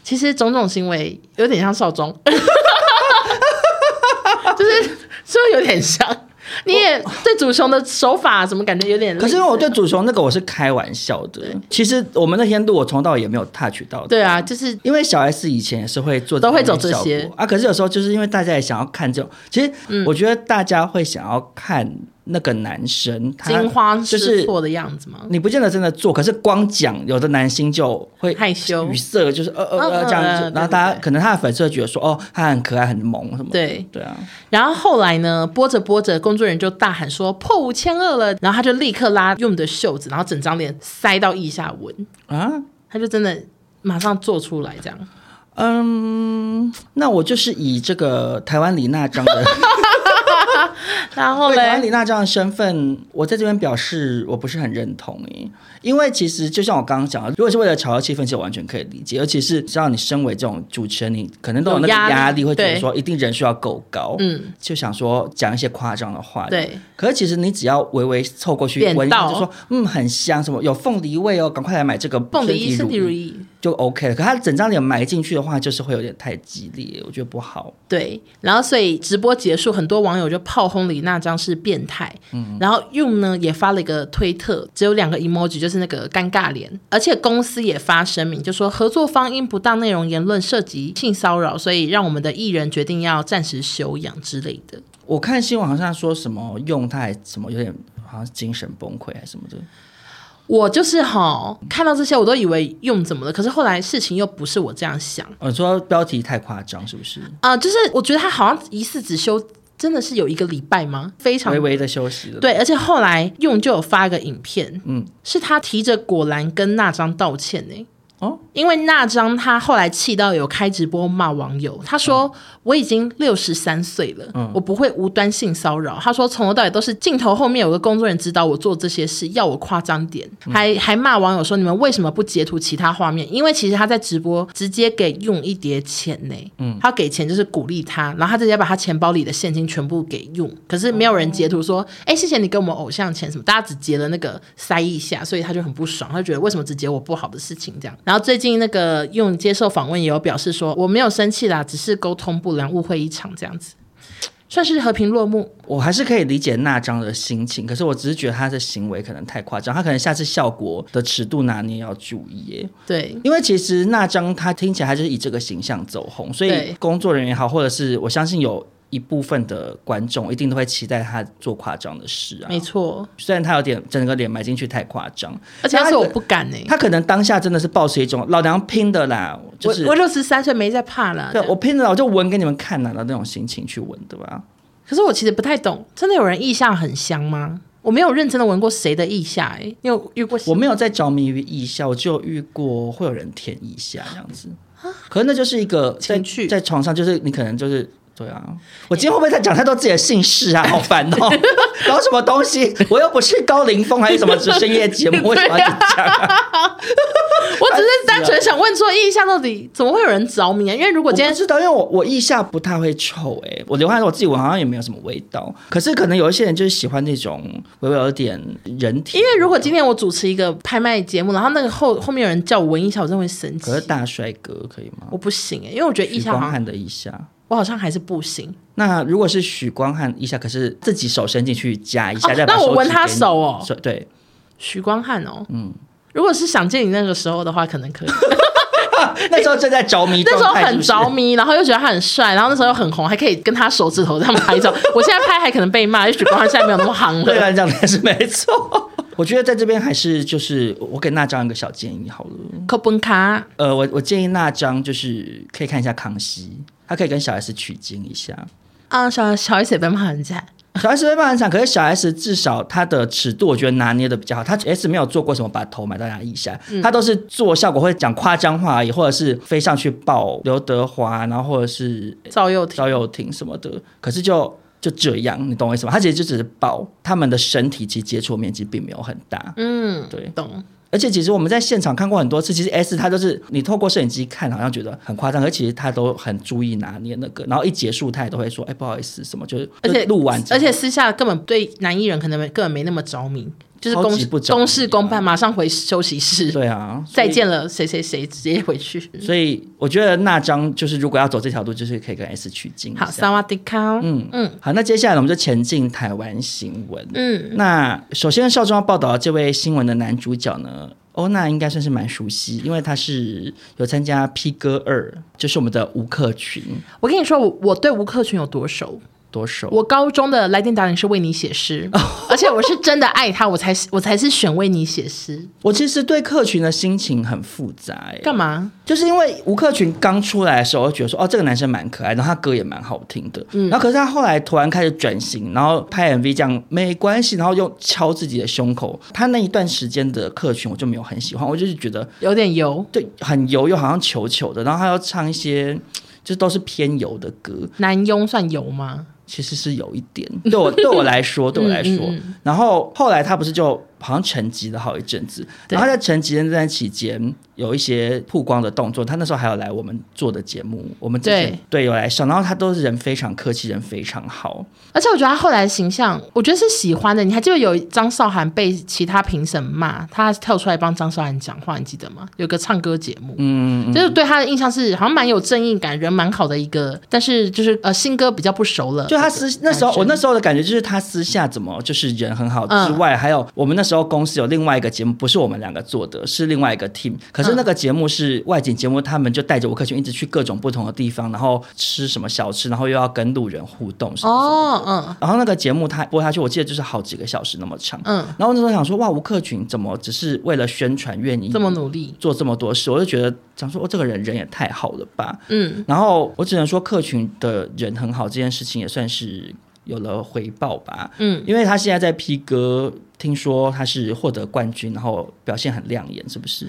Speaker 1: 其实种种行为有点像少 宗， 就是是不是有点像？你也对主雄的手法怎么感觉有点类
Speaker 3: 可
Speaker 1: 似？
Speaker 3: 是因为我对主雄那个我是开玩笑的，其实我们那天录我从头到尾也没有 touch 到。
Speaker 1: 对啊，就是
Speaker 3: 因为小 S 以前也是会做
Speaker 1: 都会走
Speaker 3: 这
Speaker 1: 这
Speaker 3: 种效
Speaker 1: 些嗯
Speaker 3: 果啊，可是有时候就是因为大家也想要看这种，其实我觉得大家会想要看那个男生，他
Speaker 1: 惊慌
Speaker 3: 就
Speaker 1: 失
Speaker 3: 是
Speaker 1: 措的样子吗？
Speaker 3: 你不见得真的做，可是光讲，有的男星就会
Speaker 1: 害羞
Speaker 3: 语塞，就是呃呃呃
Speaker 1: 嗯
Speaker 3: 这样
Speaker 1: 嗯
Speaker 3: 子
Speaker 1: 嗯，
Speaker 3: 然
Speaker 1: 对
Speaker 3: 后大
Speaker 1: 对
Speaker 3: 家
Speaker 1: 对
Speaker 3: 可能他的粉丝会觉得说，哦，他很可爱很萌什么的，
Speaker 1: 对
Speaker 3: 对啊，
Speaker 1: 然后后来呢，播着播着，工作人员就大喊说破五千二了，然后他就立刻拉用的袖子，然后整张脸塞到腋下闻，
Speaker 3: 啊，
Speaker 1: 他就真的马上做出来这样。
Speaker 3: 嗯，那我就是以这个台湾李娜 张的
Speaker 1: 然后
Speaker 3: 对台湾
Speaker 1: 嘞，
Speaker 3: 李娜这样的身份，我在这边表示我不是很认同诶，因为其实就像我刚刚讲的，如果是为了炒热气氛，其实我完全可以理解，尤其是知道你身为这种主持人，你可能都有那个
Speaker 1: 有压力
Speaker 3: 压力，会觉得
Speaker 1: 对
Speaker 3: 说一定人数要够高，
Speaker 1: 嗯，
Speaker 3: 就想说讲一些夸张的话，
Speaker 1: 对。
Speaker 3: 可是其实你只要微微凑过去
Speaker 1: 点
Speaker 3: 闻一下，
Speaker 1: 到
Speaker 3: 就说嗯很香，什么有凤梨味哦，赶快来买这个
Speaker 1: 蹦迪
Speaker 3: 身
Speaker 1: 身
Speaker 3: 体
Speaker 1: 体
Speaker 3: 乳
Speaker 1: 如
Speaker 3: 液
Speaker 1: 意。
Speaker 3: 就 OK 了。可它整张脸埋进去的话，就是会有点太激烈，我觉得不好。
Speaker 1: 对，然后所以直播结束，很多网友就炮轰李娜张是变态，然后用呢也发了一个推特，只有两个 emoji，就是那个尴尬脸，而且公司也发声明，就说合作方因不当内容言论涉及性骚扰，所以让我们的艺人决定要暂时休养之类的。
Speaker 3: 我看新闻好像说什么用它还什么有点好像精神崩溃还是什么的，
Speaker 1: 我就是哈看到这些，我都以为用怎么了，可是后来事情又不是我这样想
Speaker 3: 我、哦说标题太夸张是不是？
Speaker 1: 啊、就是我觉得他好像疑似只休，真的是有一个礼拜吗？非常
Speaker 3: 微微的休息了。
Speaker 1: 对，而且后来用就有发一个影片，
Speaker 3: 嗯
Speaker 1: 嗯，是他提着果篮跟那张道歉呢、
Speaker 3: 哦
Speaker 1: 哦，因为那张他后来气到有开直播骂网友，他说、我已经六十三岁了，我不会无端性骚扰。他说从头到尾都是镜头后面有个工作人员指导我做这些事，要我夸张点，还还骂网友说你们为什么不截图其他画面？因为其实他在直播直接给用一叠钱呢、
Speaker 3: 嗯
Speaker 1: 他给钱就是鼓励他，然后他直接把他钱包里的现金全部给用，可是没有人截图说，
Speaker 3: 哦
Speaker 1: 哎、谢谢你给我们偶像钱什么，大家只截了那个塞一下，所以他就很不爽，他就觉得为什么只截我不好的事情这样。然后最近那个用接受访问也有表示说，我没有生气啦，只是沟通不良，误会一场这样子，算是和平落幕。
Speaker 3: 我还是可以理解那张的心情，可是我只是觉得他的行为可能太夸张，他可能下次效果的尺度拿捏要注意耶。
Speaker 1: 对，
Speaker 3: 因为其实那张他听起来他就是以这个形象走红，所以
Speaker 1: 对
Speaker 3: 工作人员也好，或者是我相信有一部分的观众一定都会期待他做夸张的事啊。
Speaker 1: 没，错，
Speaker 3: 虽然他有点整个脸埋进去太夸张，
Speaker 1: 而且
Speaker 3: 那
Speaker 1: 他
Speaker 3: 他
Speaker 1: 说我
Speaker 3: 可
Speaker 1: 不敢欸呢、
Speaker 3: 他可能当下真的是抱持一种老娘拼的啦，就是
Speaker 1: 我我六十三岁没在怕啦。
Speaker 3: 对我拼的啦，我就闻给你们看啦的那种心情去闻的吧。
Speaker 1: 可是我其实不太懂，真的有人腋下很香吗？我没有认真的闻过谁的腋下、欸，你有遇过谁？
Speaker 3: 我没有在着迷于腋下，我只有遇过会有人舔腋下这样子。可是那就是一个在
Speaker 1: 啊情趣
Speaker 3: 在床上，就是你可能就是对 啊。我今天会不会在讲太多自己的姓氏啊？好烦哦！搞什么东西？我又不是高凌风，还是什么深夜节目？为什么要一直讲啊？
Speaker 1: 我只是单纯想问说，腋下到底怎么会有人着迷啊？因为如果
Speaker 3: 我
Speaker 1: 今
Speaker 3: 今天
Speaker 1: 天
Speaker 3: 知道，因为我我腋下不太会臭哎、我流汗的时候我自己闻好像也没有什么味道。可是可能有一些人就是喜欢那种微微有点人体，
Speaker 1: 因为如果今天我主持一个拍卖节目，然后那个后后面有人叫我闻一下，我真的会生气
Speaker 3: 可。是大帅哥可以吗？
Speaker 1: 我不行哎、因为我觉得腋
Speaker 3: 许
Speaker 1: 下好
Speaker 3: 光
Speaker 1: 像
Speaker 3: 汉的腋下。
Speaker 1: 我好像还是不行。
Speaker 3: 那如果是许光汉一下，可是自己手伸进去夹一下，
Speaker 1: 哦
Speaker 3: 再把
Speaker 1: 那我
Speaker 3: 手指
Speaker 1: 闻他
Speaker 3: 给你
Speaker 1: 手哦
Speaker 3: 手对，
Speaker 1: 许光汉哦，嗯，如果是想见你那个时候的话，可能可 以。
Speaker 3: 那时候正在着迷
Speaker 1: 那
Speaker 3: 状
Speaker 1: 时候
Speaker 3: 态，
Speaker 1: 很着
Speaker 3: 是 不是。
Speaker 1: 迷，然后又觉得他很帅，然后那时候又很红，还可以跟他手 指头这样拍照。我现在拍还可能被骂，因为许光汉现在没有那么夯了。
Speaker 3: 对啊，这样子是没错。 我觉得在这边还是就是我给那张一个小建议好了，
Speaker 1: 扣崩卡
Speaker 3: 呃，我我建议那张就是可以看一下康熙，他可以跟小 S 取经一下。
Speaker 1: 啊，小小 S 也被骂很惨，
Speaker 3: 小 S 被骂很惨，可是小 S 至少她的尺度，我觉得拿捏的比较好。她 S 没有做过什么把头埋到哪腋下，她都是做效果，会讲夸张话而已，或者是飞上去抱刘德华，然后或者是
Speaker 1: 赵又廷
Speaker 3: 赵又廷什么的。可是就就这样，你懂我意思吗？她其实就只是抱，他们的身体其实接触面积并没有很大。
Speaker 1: 嗯，
Speaker 3: 对
Speaker 1: 懂，
Speaker 3: 而且其实我们在现场看过很多次，其实 S 他就是你透过摄影机看，好像觉得很夸张，而其实他都很注意拿捏那个，然后一结束他也都会说，哎、不好意思，什么就是，
Speaker 1: 而且
Speaker 3: 就录完之后，
Speaker 1: 而且私下根本对男艺人可能没根本没那么着迷，就是
Speaker 3: 超级不
Speaker 1: 公
Speaker 3: 着迷
Speaker 1: 公事公办，马上回休息室，
Speaker 3: 对啊，所以
Speaker 1: 再。见了谁谁谁，直接回去。
Speaker 3: 所以我觉得那张就是如果要走这条路，就是可以跟 S 取经一下。
Speaker 1: 好，萨瓦迪卡，嗯嗯
Speaker 3: 好，那接下来我们就前进台湾新闻。
Speaker 1: 嗯，
Speaker 3: 那首先，少庄报道的这位新闻的男主角呢，欧娜应该算是蛮熟悉，因为他是有参加 P 哥二，就是我们的吴克群
Speaker 1: 我跟你说，我我对吴克群有多熟？
Speaker 3: 多手。
Speaker 1: 我高中的来电打铃是为你写 诗，而且我是真的爱他，我才我才是选为你写诗。
Speaker 3: 我其实对克群的心情很复杂、欸，
Speaker 1: 干嘛？
Speaker 3: 就是因为吴克群刚出来的时候，我就觉得说哦，这个男生蛮可爱，然后他歌也蛮好听的。然后可是他后来突然开始转型，然后拍 MV 这样没关系，然后又敲自己的胸口。他那一段时间的克群我就没有很喜欢，我就是觉得
Speaker 1: 有点油，
Speaker 3: 对很油又好像球球的，然后他要唱一些。就都是偏油的歌，
Speaker 1: 男佣算油吗？
Speaker 3: 其实是有一点对我对我来说，对我来说。然后后来他不是就好像沉寂了好一阵子，
Speaker 1: 对
Speaker 3: 然后在沉寂的那段期间，有一些曝光的动作，他那时候还有来我们做的节目，我们之前对有来上，然后他都是人非常客气，人非常好，
Speaker 1: 而且我觉得他后来的形象，我觉得是喜欢的。你还记得有张韶涵被其他评审骂，他跳出来帮张韶涵讲话，你记得吗？有个唱歌节目，嗯，就是对他的印象是好像蛮有正义感，人蛮好的一个，但是就是呃新歌比较不熟了。
Speaker 3: 就他私那时候，我那时候的感觉就是他私下怎么就是人很好之
Speaker 1: 嗯
Speaker 3: 外，还有我们那时候公司有另外一个节目，不是我们两个做的，是另外一个 team。可
Speaker 1: 嗯
Speaker 3: 是那个节目是外景节目，他们就带着吴克群一直去各种不同的地方，然后吃什么小吃，然后又要跟路人互动什么什么
Speaker 1: 哦，
Speaker 3: 的
Speaker 1: 嗯
Speaker 3: 然后那个节目它播下去，我记得就是好几个小时那么长。
Speaker 1: 嗯，
Speaker 3: 然后那时候想说，哇，吴克群怎么只是为了宣传愿意
Speaker 1: 这么努力，
Speaker 3: 做这么多事？我就觉得想说，哦，这个人人也太好了吧。
Speaker 1: 嗯，
Speaker 3: 然后我只能说，客群的人很好，这件事情也算是有了回报吧。
Speaker 1: 嗯，
Speaker 3: 因为他现在在 P 哥，听说他是获得冠军，然后表现很亮眼，是不是？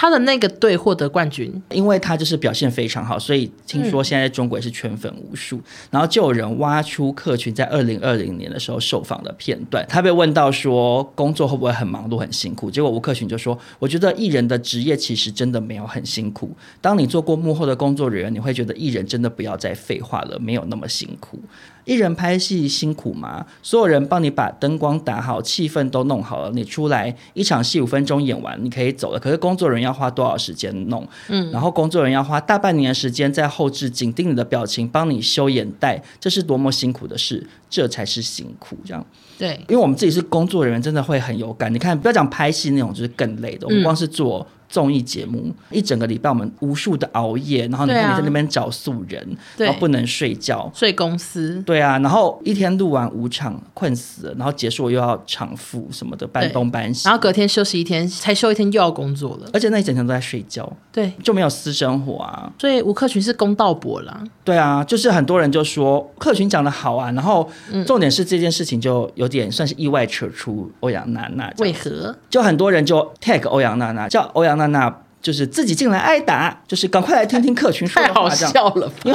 Speaker 1: 他的那个队获得冠军，
Speaker 3: 因为他就是表现非常好，所以听说现在中国也是圈粉无数。然后就有人挖出客群在二零二零年的时候受访的片段，他被问到说工作会不会很忙碌很辛苦，结果吴克群就说：“我觉得艺人的职业其实真的没有很辛苦。当你做过幕后的工作人员，你会觉得艺人真的不要再废话了，没有那么辛苦。”艺人拍戏辛苦吗？所有人帮你把灯光打好，气氛都弄好了，你出来一场戏五分钟演完，你可以走了。可是工作人员要花多少时间弄？嗯，然后工作人员要花大半年的时间在后置紧盯你的表情，帮你修眼袋，这是多么辛苦的事，这才是辛苦。这样，
Speaker 1: 对，
Speaker 3: 因为我们自己是工作人员，真的会很有感。你看，不要讲拍戏那种，就是更累的。
Speaker 1: 嗯
Speaker 3: 我们光是做综艺节目，一整个礼拜我们无数的熬夜，然后你
Speaker 1: 对啊
Speaker 3: 看你在那边找素人，
Speaker 1: 对
Speaker 3: 然后不能睡觉，
Speaker 1: 所以公司
Speaker 3: 对啊，然后一天录完五场，困死了，然后结束又要偿付什么的，搬
Speaker 1: 对
Speaker 3: 东搬西，
Speaker 1: 然后隔天休息一天，才休一天又要工作了。
Speaker 3: 而且那一整天都在睡觉，
Speaker 1: 对，
Speaker 3: 就没有私生活啊。
Speaker 1: 所以吴克群是公道伯啦。
Speaker 3: 对啊，就是很多人就说客群讲的好啊，然后
Speaker 1: 嗯
Speaker 3: 重点是这件事情就有点算是意外扯出欧阳娜娜这
Speaker 1: 为
Speaker 3: 样，
Speaker 1: 何？
Speaker 3: 就很多人就 tag 欧阳娜娜，叫欧阳娜娜就是自己进来挨打，就是赶快来听听客群说
Speaker 1: 太
Speaker 3: 的
Speaker 1: 好
Speaker 3: 话这样。
Speaker 1: 笑了吧！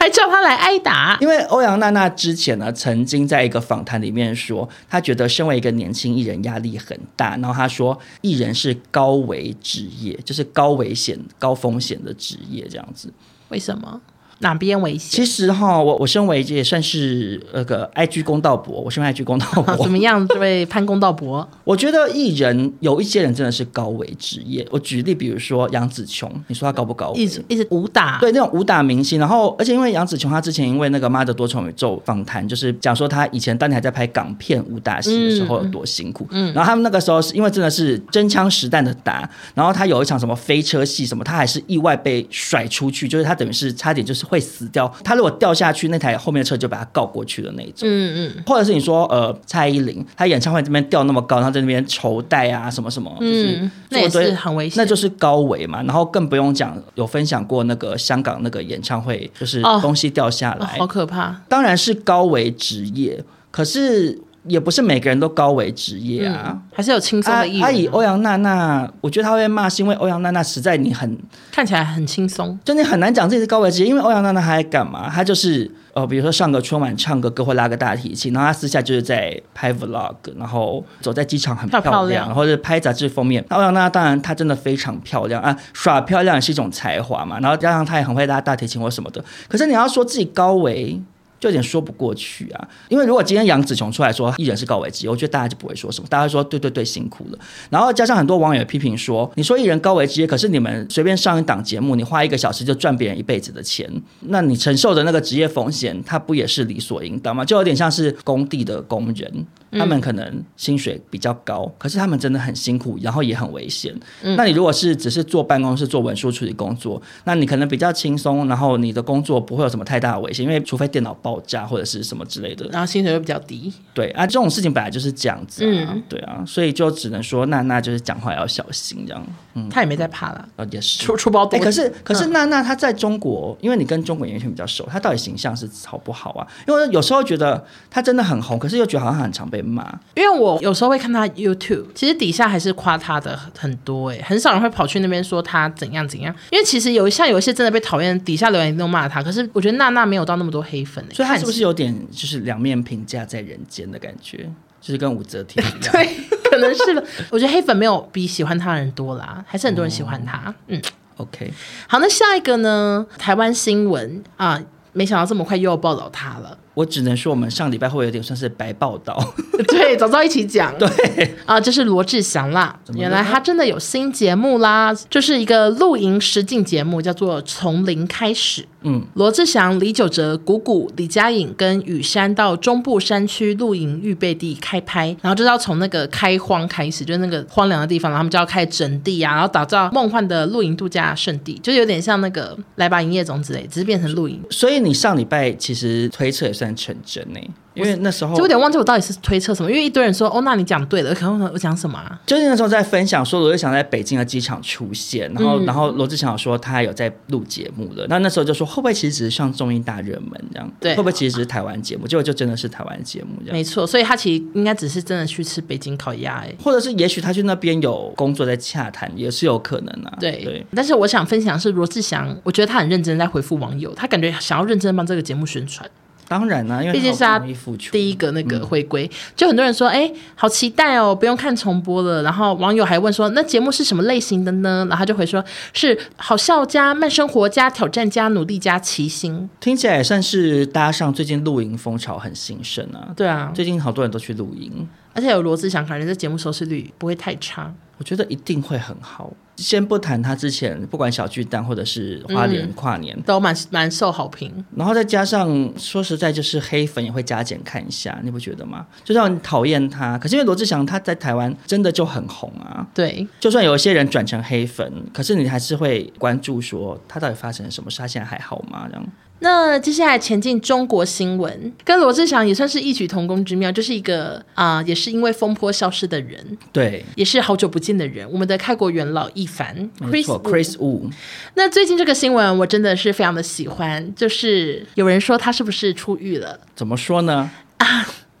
Speaker 1: 还叫他来挨打，
Speaker 3: 因为欧阳娜娜之前呢，曾经在一个访谈里面说，她觉得身为一个年轻艺人压力很大，然后她说艺人是高危职业，就是高危险、高风险的职业这样子。
Speaker 1: 为什么？哪边危险？
Speaker 3: 其实哈，我我身为也算是那个 IG 公道博，我身为 IG 公道 博
Speaker 1: 啊怎，么样？这位潘公道 伯，
Speaker 3: 我觉得艺人有一些人真的是高危职业。我举例，比如说杨紫琼，你说她高不高危？
Speaker 1: 一直一直武打，
Speaker 3: 对那种武打明星，然后而且因为杨紫琼她之前因为那个《妈的多重宇宙》访谈，就是讲说她以前当年还在拍港片武打戏的时候有多辛苦，然后他们那个时候是因为真的是真枪实弹的打，然后她有一场什么飞车戏什么，她还是意外被甩出去，就是她等于是差点就是会死掉，他如果掉下去，那台后面的车就把他告过去的那一种。
Speaker 1: 嗯嗯，
Speaker 3: 或者是你说呃蔡依林，她演唱会这边吊那么高，然后在那边筹带啊什么什么，就是
Speaker 1: 嗯那也
Speaker 3: 做一堆
Speaker 1: 是很危险
Speaker 3: 那就是高危嘛。然后更不用讲，有分享过那个香港那个演唱会，就是
Speaker 1: 哦
Speaker 3: 东西掉下
Speaker 1: 哦
Speaker 3: 来，
Speaker 1: 好可怕。
Speaker 3: 当然是高危职业，可是也不是每个人都高危职业啊。
Speaker 1: 嗯，还是有轻松
Speaker 3: 啊
Speaker 1: 的艺，
Speaker 3: 他以
Speaker 1: 人啊，
Speaker 3: 欧阳娜娜，我觉得他会被骂，是因为欧阳娜娜实在你很，
Speaker 1: 看起来很轻松。
Speaker 3: 就你很难讲自己是高危职业，因为欧阳娜娜她在干嘛？她就是呃，比如说上个春晚唱个歌或拉个大提琴，然后她私下就是在拍 vlog，然后走在机场很漂
Speaker 1: 漂漂亮
Speaker 3: 亮，或者拍杂志封面。那欧阳娜娜当然她真的非常漂亮啊，耍漂亮也是一种才华嘛，然后加上她也很会拉大提琴或什么的。可是你要说自己高危。就有点说不过去啊，因为如果今天杨紫琼出来说艺人是高危职业，我觉得大家就不会说什么，大家会说对对对辛苦了。然后加上很多网友也批评说，你说艺人高危职业，可是你们随便上一档节目，你花一个小时就赚别人一辈子的钱，那你承受的那个职业风险，它不也是理所应当吗？就有点像是工地的工人，他们可能薪水比较高，可是他们真的很辛苦，然后也很危险。嗯那你如果是只是坐办公室做文书处理工作，那你可能比较轻松，然后你的工作不会有什么太大的危险，因为除非电脑爆炸或者是什么之类的。
Speaker 1: 然后薪水又比较低，
Speaker 3: 对啊，这种事情本来就是这样子、啊，
Speaker 1: 嗯
Speaker 3: 对啊，所以就只能说娜娜就是讲话要小心这样，
Speaker 1: 他也没在怕啦，
Speaker 3: 呃也是。
Speaker 1: 出出包
Speaker 3: 嗯
Speaker 1: 多。
Speaker 3: 哎、
Speaker 1: 嗯
Speaker 3: 可是可是娜娜她在中国，因为你跟中国演艺圈比较熟，她到底形象是好不好啊？因为有时候觉得她真的很红，可是又觉得好像很常被骂。
Speaker 1: 因为我有时候会看他 YouTube，其实底下还是夸他的很多哎、很少人会跑去那边说他怎样怎样。因为其实有一像有一些真的被讨厌，底下留言都骂他。可是我觉得娜娜没有到那么多黑粉、欸，
Speaker 3: 所以她
Speaker 1: 看
Speaker 3: 是不是有点就是两面评价在人间的感觉？就是跟武则天一样。
Speaker 1: 对，可能是吧。我觉得黑粉没有比喜欢他的人多啦，还是很多人喜欢他。嗯，
Speaker 3: OK，
Speaker 1: 好，那下一个呢？台湾新闻啊，没想到这么快又要报道他了。
Speaker 3: 我只能说我们上礼拜会有点算是白报道。
Speaker 1: 对，早知道一起讲。对啊，这是罗志祥啦。原来他真的有新节目啦，就是一个露营实境节目，叫做《从零开始》。
Speaker 3: 嗯，
Speaker 1: 罗志祥、李玖哲、谷谷、李佳颖跟雨山到中部山区露营预备地开拍，然后就是要从那个开荒开始，就是那个荒凉的地方，然后他们就要开始整地啊，然后打造梦幻的露营度假胜地，就有点像那个来吧营业总之类，只是变成露营。
Speaker 3: 所以你上礼拜其实推测也算成真呢、因为那时候
Speaker 1: 就有点忘记我到底是推测什么，因为一堆人说哦，那你讲对了，可能我讲什么、啊？
Speaker 3: 就是那时候在分享说罗志祥在北京的机场出现，然
Speaker 1: 嗯
Speaker 3: 后、然后罗志祥有说他有在录节目了，那那时候就说会不会其实只是上综艺大热门这样，
Speaker 1: 对
Speaker 3: 会不会其实只是台湾节目，结果就真的是台湾节目这样。
Speaker 1: 没错，所以他其实应该只是真的去吃北京烤鸭哎、
Speaker 3: 或者是，也许他去那边有工作在洽谈，也是有可能啊。
Speaker 1: 对，
Speaker 3: 对，
Speaker 1: 但是我想分享的是罗志祥，我觉得他很认真在回复网友，他感觉想要认真帮这个节目宣传。
Speaker 3: 当然啊啦、因为
Speaker 1: 毕竟是
Speaker 3: 他
Speaker 1: 他
Speaker 3: 好不容易付出。
Speaker 1: 第一个那个回归，就很多人说，哎、好期待哦，不用看重播了。然后网友还问说，那节目是什么类型的呢？然后他就回说，是好笑加慢生活加挑战加努力加齐心。
Speaker 3: 听起来也算是搭上最近露营风潮很兴盛啊，
Speaker 1: 对啊，
Speaker 3: 最近好多人都去露营，
Speaker 1: 而且有罗志祥，感觉这节目收视率不会太差。
Speaker 3: 我觉得一定会很好。先不谈他之前不管小巨蛋或者是花莲
Speaker 1: 嗯
Speaker 3: 跨年，
Speaker 1: 都蛮蛮受好评，
Speaker 3: 然后再加上，说实在，就是黑粉也会加减看一下，你不觉得吗？就让你讨厌他，可是因为罗志祥他在台湾真的就很红啊，
Speaker 1: 对，
Speaker 3: 就算有一些人转成黑粉，可是你还是会关注说他到底发生了什么事，他现在还好吗？这样
Speaker 1: 那接下来前进中国新闻，跟罗志祥也算是异曲同工之妙，就是一个啊、也是因为风波消失的人，
Speaker 3: 对，
Speaker 1: 也是好久不见的人，我们的开国元老一凡
Speaker 3: 没
Speaker 1: Chris
Speaker 3: 错
Speaker 1: Wu
Speaker 3: ，Chris Wu，
Speaker 1: 那最近这个新闻我真的是非常的喜欢，就是有人说他是不是出狱了？
Speaker 3: 怎么说呢？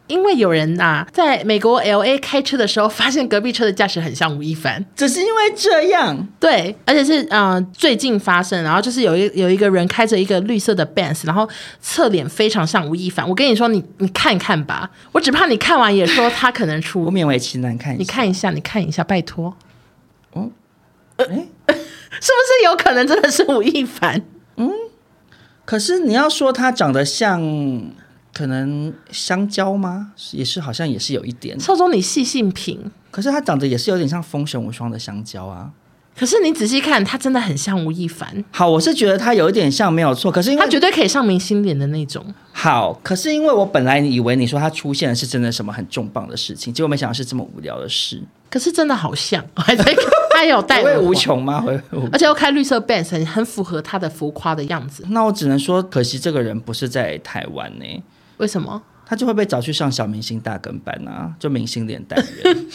Speaker 1: 因为有人呐、在美国 L A 开车的时候，发现隔壁车的驾驶很像吴亦凡，
Speaker 3: 只是因为这样，
Speaker 1: 对，而且是嗯、呃最近发生，然后就是有一有一个人开着一个绿色的 Benz，然后侧脸非常像吴亦凡。我跟你说，你你看看吧，我只怕你看完也说他可能
Speaker 3: 我
Speaker 1: 出。
Speaker 3: 勉为其难看一下，
Speaker 1: 你看一下，你看一下，拜托，呃
Speaker 3: 诶，
Speaker 1: 是不是有可能真的是吴亦 凡？
Speaker 3: 可是你要说他长得像。可能香蕉吗？也是，好像也是有一点。
Speaker 1: 少中，你细细品，
Speaker 3: 可是他长得也是有点像《封神无双》的香蕉啊。
Speaker 1: 可是你仔细看，他真的很像吴亦凡，
Speaker 3: 好，我是觉得他有一点像没有错，可是因为
Speaker 1: 他绝对可以上明星脸的那种。
Speaker 3: 好，可是因为我本来以为你说他出现的是真的什么很重磅的事情，结果没想到是这么无聊的事。
Speaker 1: 可是真的好像， 我还在看，他也有戴
Speaker 3: 回味
Speaker 1: 耳
Speaker 3: 无
Speaker 1: 环，
Speaker 3: 穷吗？回味 无
Speaker 1: 而且又开绿色 bands，很很符合他的浮夸的样子。
Speaker 3: 那我只能说，可惜这个人不是在台湾呢、
Speaker 1: 为什么？
Speaker 3: 他就会被找去上小明星大跟班啊，就明星脸代 人。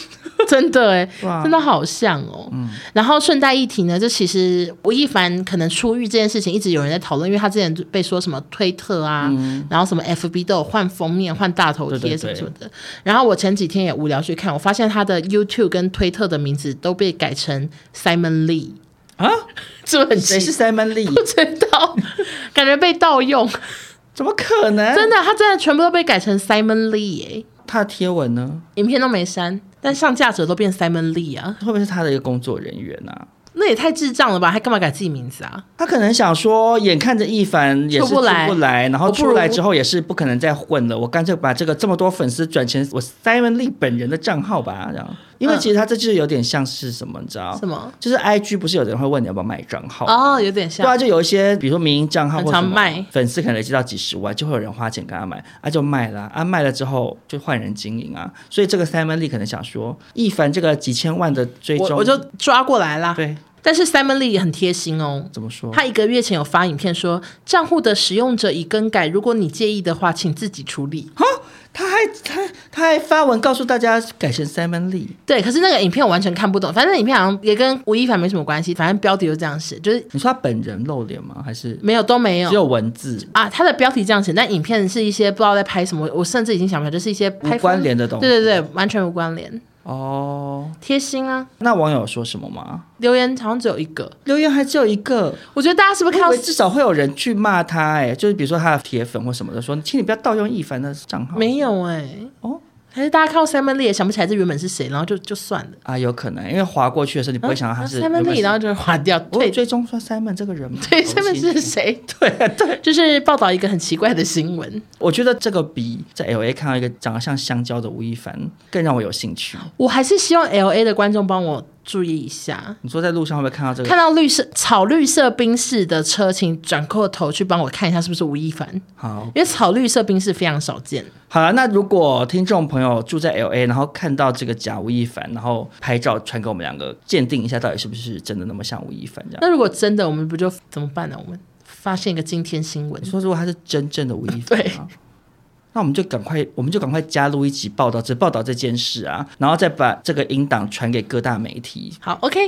Speaker 1: 真的哎、
Speaker 3: 哇
Speaker 1: 真的好像哦。
Speaker 3: 嗯
Speaker 1: 然后顺带一提呢，就其实吴亦凡可能出狱这件事情，一直有人在讨论，因为他之前被说什么推特啊，
Speaker 3: 嗯
Speaker 1: 然后什么 FB 都有换封面、换大头
Speaker 3: 对
Speaker 1: 贴
Speaker 3: 对
Speaker 1: 什么
Speaker 3: 对
Speaker 1: 什么的。然后我前几天也无聊去看，我发现他的 YouTube 跟推特的名字都被改成 Simon Lee
Speaker 3: 啊，
Speaker 1: 是不是很
Speaker 3: 谁
Speaker 1: 奇
Speaker 3: 是 Simon Lee？
Speaker 1: 不知道， 感觉被盗用，
Speaker 3: 怎么可能？
Speaker 1: 真的，他真的全部都被改成 Simon Lee 哎、
Speaker 3: 他的贴文呢？
Speaker 1: 影片都没删，但上架者都变 Simon Lee 啊，
Speaker 3: 会不会是他的一个工作人员啊？
Speaker 1: 那也太智障了吧？还干嘛改自己名字啊？
Speaker 3: 他可能想说，眼看着一凡也是
Speaker 1: 出
Speaker 3: 出
Speaker 1: 不
Speaker 3: 不
Speaker 1: 来
Speaker 3: 来，然后
Speaker 1: 我不如
Speaker 3: 出来之后也是不可能再混了，我干脆把这个这么多粉丝转成我 Simon Lee 本人的账号吧，这样。因为
Speaker 1: 嗯
Speaker 3: 其实他这就是有点像是什么，你知道
Speaker 1: 什？么？
Speaker 3: 就是 IG 不是有人会问你要不要买账号？
Speaker 1: 哦，有点
Speaker 3: 对
Speaker 1: 像。
Speaker 3: 啊，就有一些，比如说民营账号
Speaker 1: 很
Speaker 3: 或什
Speaker 1: 常卖
Speaker 3: 么，粉丝可能累积到几十万，就会有人花钱跟他买，啊就卖啦，啊卖了之后就换人经营啊，所以这个 Simon Lee 可能想说，一凡这个几千万的啊追
Speaker 1: 我
Speaker 3: 踪，
Speaker 1: 我就抓过来啦。
Speaker 3: 对嗯
Speaker 1: 但是 Simon Lee 也很贴心哦，
Speaker 3: 怎么说？
Speaker 1: 他一个月前有发影片说，账户的使用者已更改，如果你介意的话，请自己处理。
Speaker 3: 他还他他还发文告诉大家改成 Simon Lee，
Speaker 1: 对，可是那个影片我完全看不懂，反正那影片好像也跟吴亦凡没什么关系，反正标题就这样写，就是
Speaker 3: 你说他本人露脸吗？还是
Speaker 1: 没有都没有
Speaker 3: 只。有文字？
Speaker 1: 啊，它的标题这样写，但影片是一些不知道在拍什么，我甚至已经想不起来，就是一些拍
Speaker 3: 无关联的东西
Speaker 1: 对对对，完全无关联，
Speaker 3: 哦，
Speaker 1: 贴心啊！
Speaker 3: 那网友说什么吗？
Speaker 1: 留言好像只有一个，
Speaker 3: 留言还只有一个，
Speaker 1: 我觉得大家是不是
Speaker 3: 哎我
Speaker 1: 看
Speaker 3: 以为
Speaker 1: 到
Speaker 3: 至少会有人去骂他、哎，就是比如说他的铁粉或什么的，说，请你不要盗用一凡的账号。
Speaker 1: 没有哎、
Speaker 3: 哦
Speaker 1: 还是大家看到 Simon Lee 也想不起来这原本是谁，然后就就算了。
Speaker 3: 啊，有可能，因为划过去的时候，你不会想到他是
Speaker 1: 啊 Simon
Speaker 3: 原本
Speaker 1: Lee，
Speaker 3: 是
Speaker 1: 然后就划掉，
Speaker 3: 我有
Speaker 1: 对
Speaker 3: 追踪说 Simon 这个人吗？
Speaker 1: 对
Speaker 3: 好
Speaker 1: ，Simon
Speaker 3: 奇
Speaker 1: 是 谁？对对，就是报道一个很奇怪的新闻。
Speaker 3: 我觉得这个比在 L A 看到一个长得像香蕉的吴亦凡更让我有兴趣。
Speaker 1: 我还是希望 L A 的观众帮我注意一下，
Speaker 3: 你说在路上会不会看到这个？
Speaker 1: 看到绿色草绿色宾士的车，请转过头去帮我看一下是不是吴亦凡。
Speaker 3: 好，
Speaker 1: 因为草绿色冰是非常少见。
Speaker 3: 好了，那如果听众朋友住在 L A，然后看到这个假吴亦凡，然后拍照传给我们两个，鉴定一下到底是不是真的那么像吴亦凡这样。
Speaker 1: 那如果真的，我们不就怎么办呢、我们发现一个惊天新闻
Speaker 3: 你，说如果他是真正的吴亦凡、啊，那我们就赶快，我们就赶快加入一集报道，只报道这件事啊，然后再把这个音档传给各大媒体，
Speaker 1: 好，OK，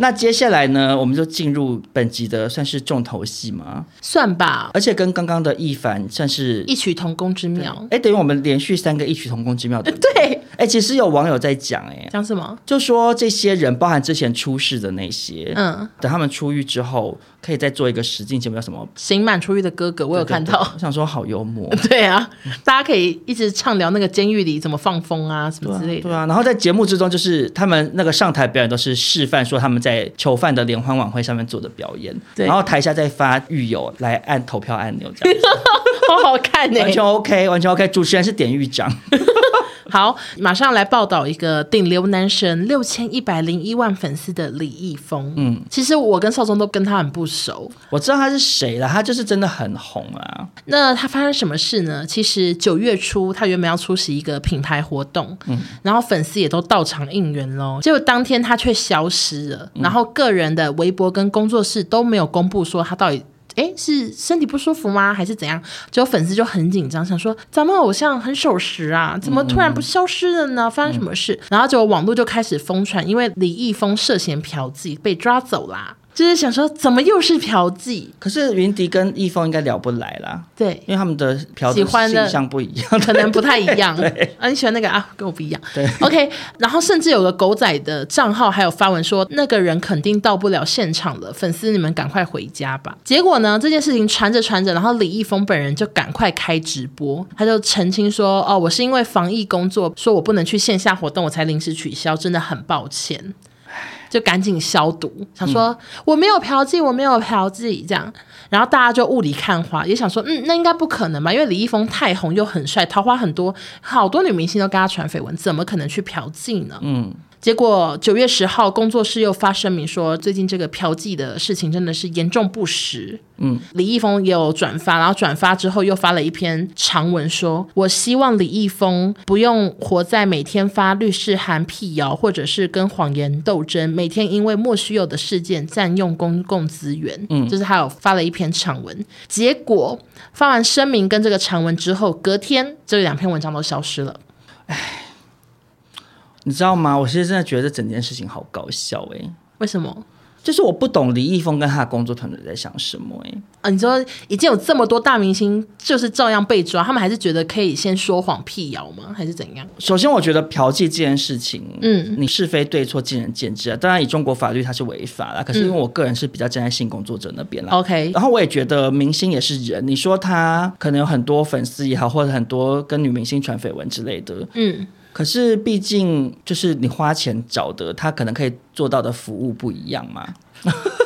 Speaker 3: 那接下来呢，我们就进入本集的算是重头戏嘛，
Speaker 1: 算吧，
Speaker 3: 而且跟刚刚的一凡算是，
Speaker 1: 异曲同工之妙。
Speaker 3: 哎，等于我们连续三个异曲同工之妙的。
Speaker 1: 对，
Speaker 3: 哎，其实有网友在讲，哎，
Speaker 1: 讲什么？
Speaker 3: 就说这些人，包含之前出事的那些，
Speaker 1: 嗯，
Speaker 3: 等他们出狱之后，可以再做一个实境节目，叫什么？
Speaker 1: 刑满出狱的哥哥，我有看到。
Speaker 3: 对对对我想说好 幽默。
Speaker 1: 对啊，大家可以一直畅聊那个监狱里怎么放风啊，什
Speaker 3: 对
Speaker 1: 么
Speaker 3: 啊
Speaker 1: 之类，的。
Speaker 3: 对啊，然后在节目之中，就是他们那个上台表演都是示范说他们在囚犯的联欢晚会上面做的表演，
Speaker 1: 对
Speaker 3: 然后台下再发狱友来按投票按钮，这样。
Speaker 1: 好好看欸呢、
Speaker 3: 完全 OK，完全 OK。主持人是典狱长，
Speaker 1: 好，马上来报道一个顶流男神六千一百零一万粉丝的李易峰。嗯，其实我跟少宗都跟他很不熟，
Speaker 3: 我知道他是谁了，他就是真的很红啊。
Speaker 1: 那他发生什么事呢？其实九月初，他原本要出席一个品牌活动，然后粉丝也都到场应援喽。结果当天他却消失了，然后个人的微博跟工作室都没有公布说他到底。诶是身体不舒服吗？还是怎样？结果粉丝就很紧张，想说咱们偶像很守时啊，怎么突然不消失了呢？发生什么事？然后结果网络就开始疯传，因为李易峰涉嫌嫖妓被抓走啦，就是想说怎么又是嫖妓？
Speaker 3: 可是云迪跟易峰应该聊不来啦，
Speaker 1: 对，
Speaker 3: 因为他们的嫖
Speaker 1: 喜
Speaker 3: 的
Speaker 1: 欢的
Speaker 3: 性向不一样。
Speaker 1: 可能不太一样。啊，你喜欢那个啊，跟我不一样。
Speaker 3: 对
Speaker 1: OK，然后甚至有个狗仔的账号还有发文说，那个人肯定到不了现场了，粉丝你们赶快回家吧。结果呢，这件事情传着传着，然后李易峰本人就赶快开直播，他就澄清说，哦，我是因为防疫工作，说我不能去线下活动，我才临时取消，真的很抱歉。就赶紧消毒，想说、我没有嫖妓，我没有嫖妓这样，然后大家就雾里看花，也想说嗯，那应该不可能吧，因为李易峰太红又很帅，桃花很多，好多女明星都跟他传绯闻，怎么可能去嫖妓呢？
Speaker 3: 嗯，
Speaker 1: 结果九月十号，工作室又发声明说，最近这个嫖妓的事情真的是严重不实。嗯，李易峰也有转发，然后转发之后又发了一篇长文说，我希望李易峰不用活在每天发律师函辟谣，或者是跟谎言斗争，每天因为莫须有的事件占用公共资源。嗯，就是他有发了一篇长文，结果发完声明跟这个长文之后，隔天这两篇文章都消失了。
Speaker 3: 你知道吗？我其实真的觉得整件事情好搞笑哎、
Speaker 1: 为什么？
Speaker 3: 就是我不懂李易峰跟他的工作团队在想什么哎、
Speaker 1: 啊，你说已经有这么多大明星，就是照样被抓，他们还是觉得可以先说谎辟谣吗？还是怎样？
Speaker 3: 首先，我觉得嫖妓这件事情，
Speaker 1: 嗯
Speaker 3: 嗯，你是非对错见仁见智啊。当然，以中国法律它是违法啦，可是因为我个人是比较站在性工作者那边啦。
Speaker 1: OK
Speaker 3: 然后我也觉得明星也是人，你说他可能有很多粉丝也好，或者很多跟女明星传绯闻之类的，
Speaker 1: 嗯，
Speaker 3: 可是毕竟就是你花钱找的，他可能可以做到的服务不一样嘛。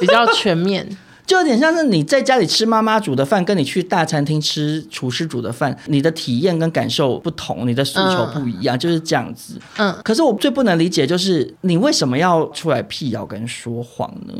Speaker 1: 比较全面。
Speaker 3: 就有点像是你在家里吃妈妈煮的饭，跟你去大餐厅吃厨师煮的饭，你的体验跟感受不同，你的诉求不一样，就是这样子。
Speaker 1: 嗯，
Speaker 3: 可是我最不能理解就是你为什么要出来辟谣跟说谎呢？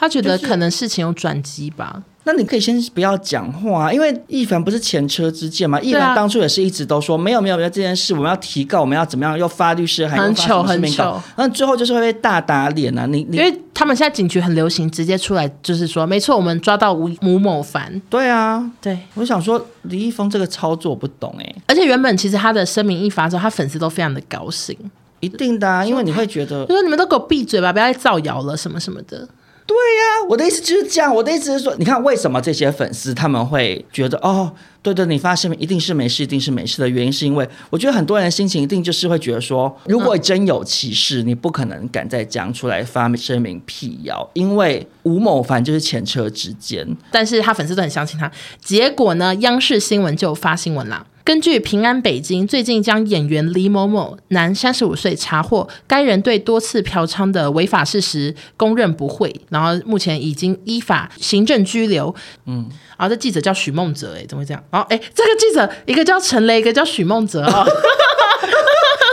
Speaker 1: 他觉得可能事情有转机吧。
Speaker 3: 那你可以先不要讲话、啊，因为一凡不是前车之鉴
Speaker 1: 啊
Speaker 3: 嘛。一凡当初也是一直都说、没有没有没有这件事，我们要提告，我们要怎么样，又发律师函，
Speaker 1: 很
Speaker 3: 又发什么
Speaker 1: 糗很
Speaker 3: 声明稿
Speaker 1: 糗，
Speaker 3: 那最后就是会被大打脸啊！你
Speaker 1: 因
Speaker 3: 你
Speaker 1: 为他们现在警局很流行，直接出来就是说，没错，我们抓到吴吴某凡。
Speaker 3: 对啊，
Speaker 1: 对，
Speaker 3: 我想说李易峰这个操作我不懂哎、
Speaker 1: 而且原本其实他的声明一发之后，他粉丝都非常的高兴，
Speaker 3: 一定的、啊，因为你会觉得
Speaker 1: 就说你们都给我闭嘴吧，不要再造谣了，什么什么的。
Speaker 3: 对呀、我的意思就是这样。我的意思是说，你看为什么这些粉丝他们会觉得哦，对对，你发声明一定是没事，一定是没事的原因，是因为我觉得很多人的心情一定就是会觉得说，如果真有其事，你不可能敢再讲出来发声明辟谣，因为吴某凡就是前车之鉴。
Speaker 1: 但是他粉丝都很相信他。结果呢，央视新闻就发新闻啦。根据平安北京最近将演员李某某（男，三十五岁）查获，该人对多次嫖娼的违法事实供认不讳，然后目前已经依法行政拘留。嗯，然后这记者叫许梦哲，哎，怎么会这样？然后哎，这个记者一个叫陈雷，一个叫许梦哲哦。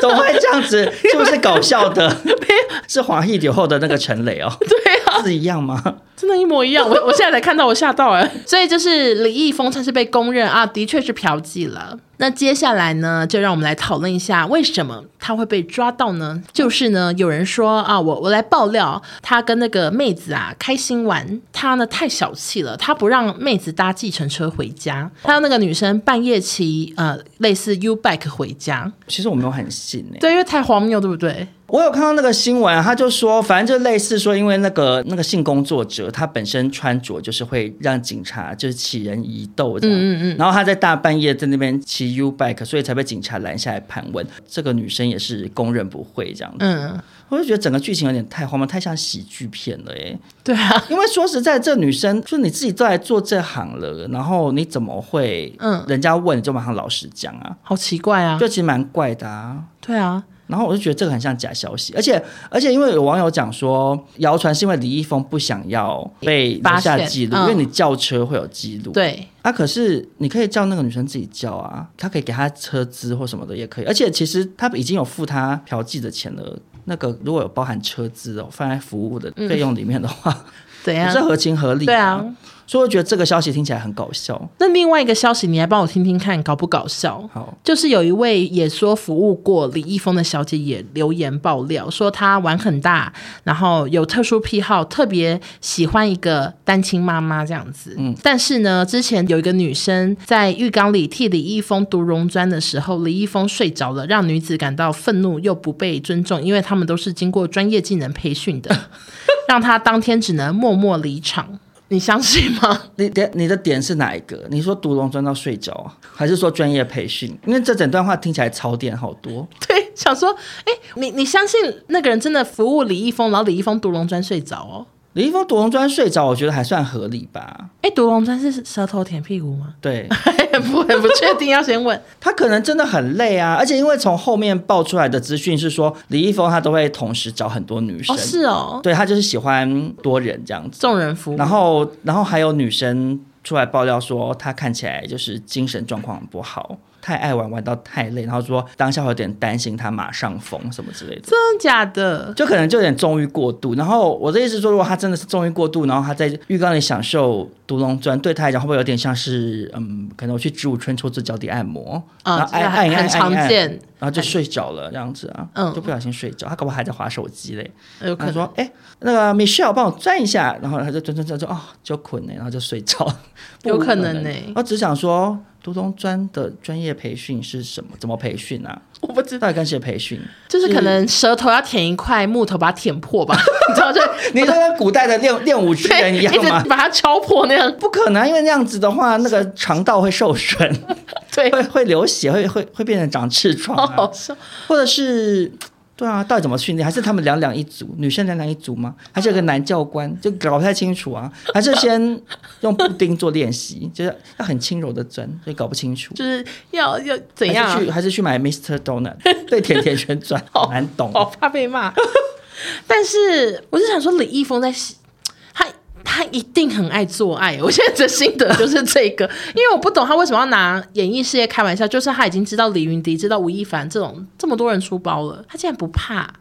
Speaker 3: 怎么会这样子？是不是搞笑 的？ 是华裔流后的那个陈磊哦，
Speaker 1: 对啊，
Speaker 3: 是一样吗？
Speaker 1: 真的，一模一样。我我 现在才看到，我吓到哎、所以就是李易峰算是被公认啊，的确是嫖妓了。那接下来呢，就让我们来讨论一下为什么他会被抓到呢？就是呢，有人说啊，我我来爆料，他跟那个妹子啊开心玩，他呢太小气了，他不让妹子搭计程车回家，他让那个女生半夜骑呃类似 U bike 回家，
Speaker 3: 其实我没有很信哎、
Speaker 1: 对，因为太荒谬，对不对？
Speaker 3: 我有看到那个新闻啊，他就说，反正就类似说，因为那个那个性工作者，他本身穿着就是会让警察就是起人疑窦这样，嗯嗯然后他在大半夜在那边骑 U bike，所以才被警察拦下来盘问。这个女生也是供认不讳这样子，
Speaker 1: 嗯，
Speaker 3: 我就觉得整个剧情有点太荒谬，太像喜剧片了耶。
Speaker 1: 对啊，
Speaker 3: 因为说实在，这女生就你自己都来做这行了，然后你怎么会，
Speaker 1: 嗯
Speaker 3: 嗯，人家问你就马上老实讲啊，
Speaker 1: 好奇怪啊
Speaker 3: 就，其实蛮怪的啊。
Speaker 1: 对啊，
Speaker 3: 然后我就觉得这个很像假消息，而且而且因为有网友讲说，谣传是因为李易峰不想要被留下记录，
Speaker 1: 发现嗯
Speaker 3: 因为你叫车会有记录。。
Speaker 1: 对，
Speaker 3: 啊，可是你可以叫那个女生自己叫啊，她可以给她车资或什么的也可以，而且其实她已经有付她嫖妓的钱了。那个如果有包含车资哦，放在服务的费用里面的话，
Speaker 1: 怎
Speaker 3: 也
Speaker 1: 样
Speaker 3: 是？合情合理、
Speaker 1: 嗯对啊，，
Speaker 3: 所以我觉得这个消息听起来很搞笑。
Speaker 1: 那另外一个消息，你来帮我听听看，搞不搞笑？
Speaker 3: 好，
Speaker 1: 就是有一位也说服务过李易峰的小姐也留言爆料，说她玩很大，然后有特殊癖好，特别喜欢一个单亲妈妈这样子。嗯，但是呢，之前有一个女生在浴缸里替李易峰读溶砖的时候，李易峰睡着了，让女子感到愤怒又不被尊重，因为他们都是经过专业技能培训的，让她当天只能默默离场。你相信吗？
Speaker 3: 你的你的点是哪一个？你说独龙钻到睡着啊，还是说专业培训？因为这整段话听起来槽点好多。
Speaker 1: 对，想说，哎、你你相信那个人真的服务李易峰，然后李易峰独龙砖睡着哦？
Speaker 3: 李易峰独龙钻睡着，我觉得还算合理吧。
Speaker 1: 哎、独龙砖是舌头舔屁股吗？
Speaker 3: 对
Speaker 1: 不，很不确定，要先 问。
Speaker 3: 他可能真的很累啊，而且因为从后面爆出来的资讯是说，李易峰他都会同时找很多女生，
Speaker 1: 哦，是哦，
Speaker 3: 对他就是喜欢多人这样子。
Speaker 1: 众人服务
Speaker 3: 然后，然后还有女生出来爆料说，她看起来就是精神状况很不好，太爱玩，玩到太累，然后说当下会有点担心他马上疯什么之类的。
Speaker 1: 真的假的？
Speaker 3: 就可能就有点纵欲过度，然后我的意思是说，如果他真的是纵欲过度，然后他在浴缸里享受独龙砖，对他来讲会不会有点像是，嗯，可能我去植物圈搓做脚底按摩，
Speaker 1: 啊
Speaker 3: 然后
Speaker 1: 这
Speaker 3: 按
Speaker 1: 个
Speaker 3: 按一按
Speaker 1: 很
Speaker 3: 按一按
Speaker 1: 常见
Speaker 3: 然后就睡着了这样子啊，
Speaker 1: 嗯
Speaker 3: 就不小心睡着，他搞不好还在划手机嘞，
Speaker 1: 有可
Speaker 3: 他
Speaker 1: 能
Speaker 3: 说，哎、那个 Michelle 帮我转一下，然后他就转转转就哦就困了，然后就睡着，
Speaker 1: 有可能
Speaker 3: 不无
Speaker 1: 欸
Speaker 3: 我只想说，独龙砖的专业培训是什么？怎么培训啊？
Speaker 1: 我不知道，
Speaker 3: 到底跟谁培训？
Speaker 1: 就是可
Speaker 3: 嗯
Speaker 1: 能舌头要舔一块木头，把它舔破 吧，你知道就
Speaker 3: 你 就跟古代的练练武之
Speaker 1: 对，
Speaker 3: 人一样
Speaker 1: 直
Speaker 3: 吗？
Speaker 1: 把它敲破那样。
Speaker 3: 不可能，因为那样子的话，那个肠道会受损，
Speaker 1: 对，哦
Speaker 3: 会会流血，会会会变成长痔疮、
Speaker 1: 好
Speaker 3: 啊
Speaker 1: 好，笑。
Speaker 3: 或者是。对啊，到底怎么训练？还是他们两两一组，女生两两一组吗？还是有个男教官？就搞不太清楚啊。还是先用布丁做练习，就是要很轻柔的钻，所以搞不清楚。
Speaker 1: 就是要要怎样哦
Speaker 3: 还
Speaker 1: 啊
Speaker 3: 是？去还是去买 Mr. Donut 对甜甜圈钻，好难懂。
Speaker 1: 好怕被 骂。但是我就想说，李易峰在洗他他一定很爱做爱。 我现在的心得就是这个，因为我不懂他为什么要拿演艺事业开玩笑，就是他已经知道李云迪、知道吴亦凡这种这么多人出包了，他竟然不怕，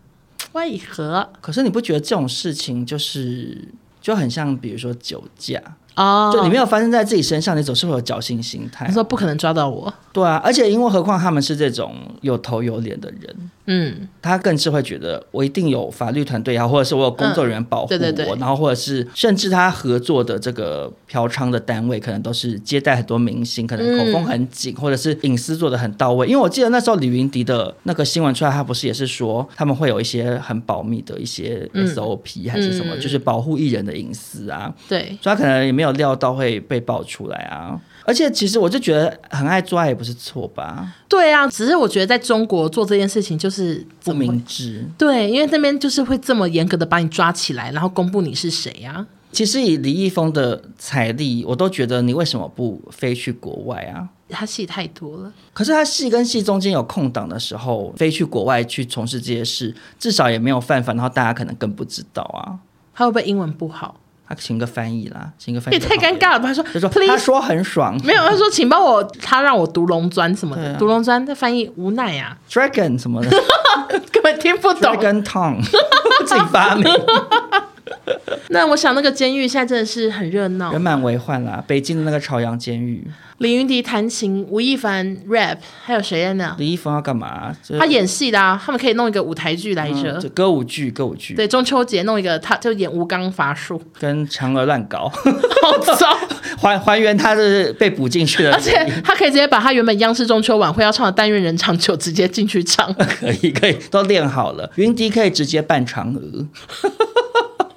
Speaker 1: 为何？
Speaker 3: 可是你不觉得这种事情就是就很像，比如说酒驾，
Speaker 1: 哦，
Speaker 3: 就你没有发生在自己身上，你总是会有侥幸心态
Speaker 1: 他。说不可能抓到我，
Speaker 3: 对啊，而且因为何况他们是这种有头有脸的人，
Speaker 1: 嗯，
Speaker 3: 他更是会觉得我一定有法律团队也好，啊或者是我有工作人员保护我，
Speaker 1: 嗯对对对
Speaker 3: 然后或者是甚至他合作的这个嫖娼的单位，可能都是接待很多明星，可能口风很紧，或者是隐私做的很到位。因为我记得那时候李云迪的那个新闻出来，他不是也是说他们会有一些很保密的一些 SOP 还是什么，
Speaker 1: 嗯
Speaker 3: 就是保护艺人的隐私啊。
Speaker 1: 对，
Speaker 3: 所以他可能也没有料到会被爆出来啊。而且其实我就觉得很爱做爱也不是错吧，
Speaker 1: 对啊。只是我觉得在中国做这件事情就是
Speaker 3: 不
Speaker 1: 怎么会
Speaker 3: 明智。
Speaker 1: 对，因为那边就是会这么严格的把你抓起来，然后公布你是谁啊呀、
Speaker 3: 其实以李易峰的财力，我都觉得你为什么不飞去国外啊？
Speaker 1: 他戏太多了。
Speaker 3: 可是他戏跟戏中间有空档的时候，飞去国外去从事这些事，至少也没有犯法，然后大家可能更不知道啊。
Speaker 1: 他会不会英文不好？
Speaker 3: 他请个翻译啦，请个翻译
Speaker 1: 也太尴尬了吧？他说
Speaker 3: 就说他
Speaker 1: please
Speaker 3: 说很爽
Speaker 1: 没有，他说请帮我，他让我读龙砖什么
Speaker 3: 对
Speaker 1: 的，
Speaker 3: 啊
Speaker 1: 读龙砖在翻译无奈啊呀、
Speaker 3: ，dragon 什么的
Speaker 1: 根本听不 懂。
Speaker 3: ，dragon tongue 自己发明，
Speaker 1: 那我想那个监狱现在真的是很热闹
Speaker 3: 人，满为患啦。北京的那个朝阳监狱，
Speaker 1: 李云迪弹琴，吴亦凡 rap，还有谁呢？
Speaker 3: 李易峰要干嘛？就是
Speaker 1: 他演戏的啊，他们可以弄一个舞台剧来着。
Speaker 3: 嗯这歌舞剧，歌舞剧，
Speaker 1: 对，中秋节弄一个，他就演吴刚伐树，
Speaker 3: 跟嫦娥乱搞，
Speaker 1: 好糟！
Speaker 3: 还还原他是被捕进去的
Speaker 1: 而
Speaker 3: 记忆，
Speaker 1: 且他可以直接把他原本央视中秋晚会要唱的《但愿人长久》直接进去唱。
Speaker 3: 可以可以都练好了，云迪可以直接扮嫦娥。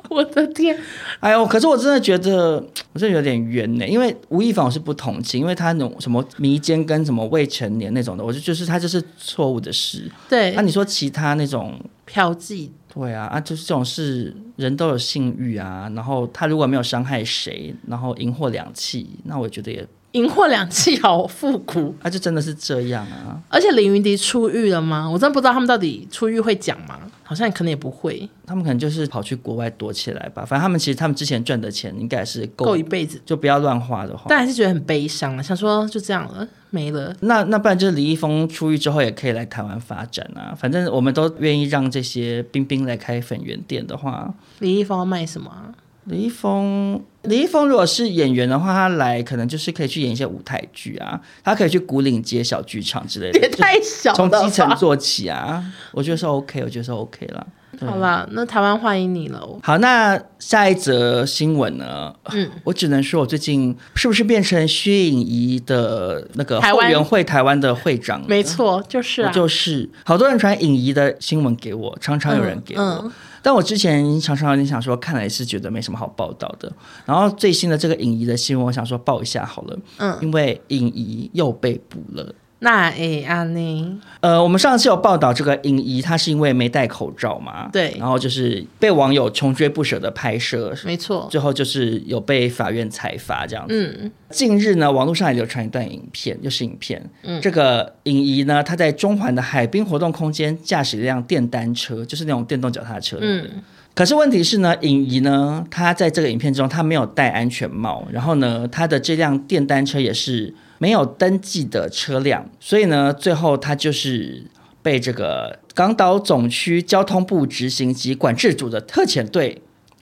Speaker 1: 我的天，
Speaker 3: 哎呦，可是我真的觉得，我真的有点冤呢、因为吴亦凡我是不同情，因为他那种什么迷奸跟什么未成年那种的，我就就是他就是错误的事。
Speaker 1: 对，
Speaker 3: 那、你说其他那种？
Speaker 1: 嫖妓
Speaker 3: 对啊，啊，就是这种事，人都有性欲啊。然后他如果没有伤害谁，然后赢货两气，那我觉得也，
Speaker 1: 银货两讫好复古。
Speaker 3: 啊，就真的是这样啊。
Speaker 1: 而且李云迪出狱了吗？我真不知道他们到底出狱会讲吗？好像可能也不会，
Speaker 3: 他们可能就是跑去国外躲起来吧。反正他们其实他们之前赚的钱应该也是够，
Speaker 1: 够一辈子。
Speaker 3: 就不要乱花的话。
Speaker 1: 但还是觉得很悲伤啊了，想说就这样了，没了。
Speaker 3: 那那不然就是李易峰出狱之后也可以来台湾发展啊。反正我们都愿意让这些冰冰来开粉圆店的话，
Speaker 1: 李易峰要卖什么啊、
Speaker 3: 李易峰，李易峰如果是演员的话，他来可能就是可以去演一些舞台剧啊，他可以去古岭街小剧场之类
Speaker 1: 也
Speaker 3: 的，
Speaker 1: 太小
Speaker 3: 从
Speaker 1: 了
Speaker 3: 基层
Speaker 1: 吧。
Speaker 3: 做起啊。我觉得是 OK，我觉得是 OK 啦。对
Speaker 1: 好
Speaker 3: 嗯
Speaker 1: 啦，那台湾欢迎你哦喽。
Speaker 3: 好，那下一则新闻呢？嗯，我只能说，我最近是不是变成薛颖仪的那个
Speaker 1: 台
Speaker 3: 后
Speaker 1: 湾
Speaker 3: 援会台湾的会长？
Speaker 1: 没。错，就是
Speaker 3: 嗯我
Speaker 1: 啊，
Speaker 3: 就是好多人传颖仪的新闻给我，常常有人给我，
Speaker 1: 嗯
Speaker 3: 但我之前常常有点想说，看了也是觉得没什么好报道的。然后最新的这个颖仪的新闻，我想说报一下好了，
Speaker 1: 嗯，
Speaker 3: 因为颖仪又被捕了。
Speaker 1: 那诶安妮，
Speaker 3: 呃，我们上次有报道这个影仪，她是因为没戴口罩嘛，
Speaker 1: 对
Speaker 3: 然后就是被网友穷追不舍的拍摄，
Speaker 1: 没错，
Speaker 3: 最后就是有被法院裁罚这样子。
Speaker 1: 嗯，
Speaker 3: 近日呢，网络上也流传一段影片，又是影片。
Speaker 1: 嗯
Speaker 3: 这个影仪呢，他在中环的海滨活动空间驾驶一辆电单车，就是那种电动脚踏车。
Speaker 1: 嗯，
Speaker 3: 可是问题是呢，尹怡呢，她在这个影片中她没有戴安全帽，然后呢，她的这辆电单车也是没有登记的车辆，所以呢，最后她就是被这个港岛总区交通部执行及管制组的特遣队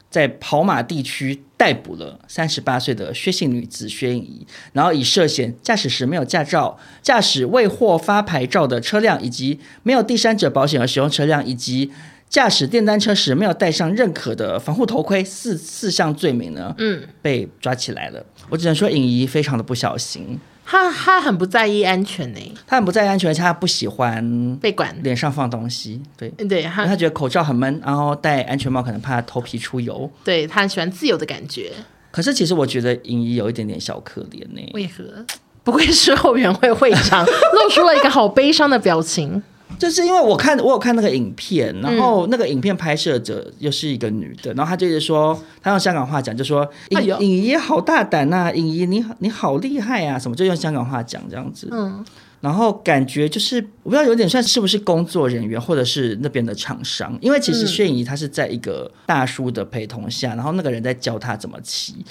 Speaker 3: 在跑马地区逮捕了三十八岁的薛姓女子薛颖仪，然后以涉嫌驾驶时没有驾照、驾驶未获发牌照的车辆，以及没有第三者保险而使用车辆，以及驾驶电单车时没有戴上认可的防护头盔四四项罪名呢，
Speaker 1: 嗯，
Speaker 3: 被抓起来了。我只能说颖仪非常的不小心，
Speaker 1: 他他很不在意安全呢、
Speaker 3: 她很不在意安全，而且她不喜欢
Speaker 1: 被管。
Speaker 3: 脸上放东西，对。
Speaker 1: 对
Speaker 3: 因为
Speaker 1: 他
Speaker 3: 她，觉得口罩很闷，然后戴安全帽可能怕头皮出油。
Speaker 1: 对他很喜欢自由的感觉。
Speaker 3: 可是其实我觉得颖仪有一点点小可怜欸呢、
Speaker 1: 为何？不愧是后援会会 长，露出了一个好悲伤的表情。
Speaker 3: 就是因为我看我有看那个影片，然
Speaker 1: 嗯
Speaker 3: 后那个影片拍摄者又是一个女的，然后她就一直说，她用香港话讲，就说
Speaker 1: 哎
Speaker 3: 尹
Speaker 1: 呦
Speaker 3: 尹怡好大胆呐、尹怡你你好厉害啊，什么就用香港话讲这样子，
Speaker 1: 嗯，
Speaker 3: 然后感觉就是我不知道有点算是不是工作人员或者是那边的厂商，因为其实
Speaker 1: 嗯
Speaker 3: 薛颖仪她是在一个大叔的陪同下，然后那个人在教她怎么骑，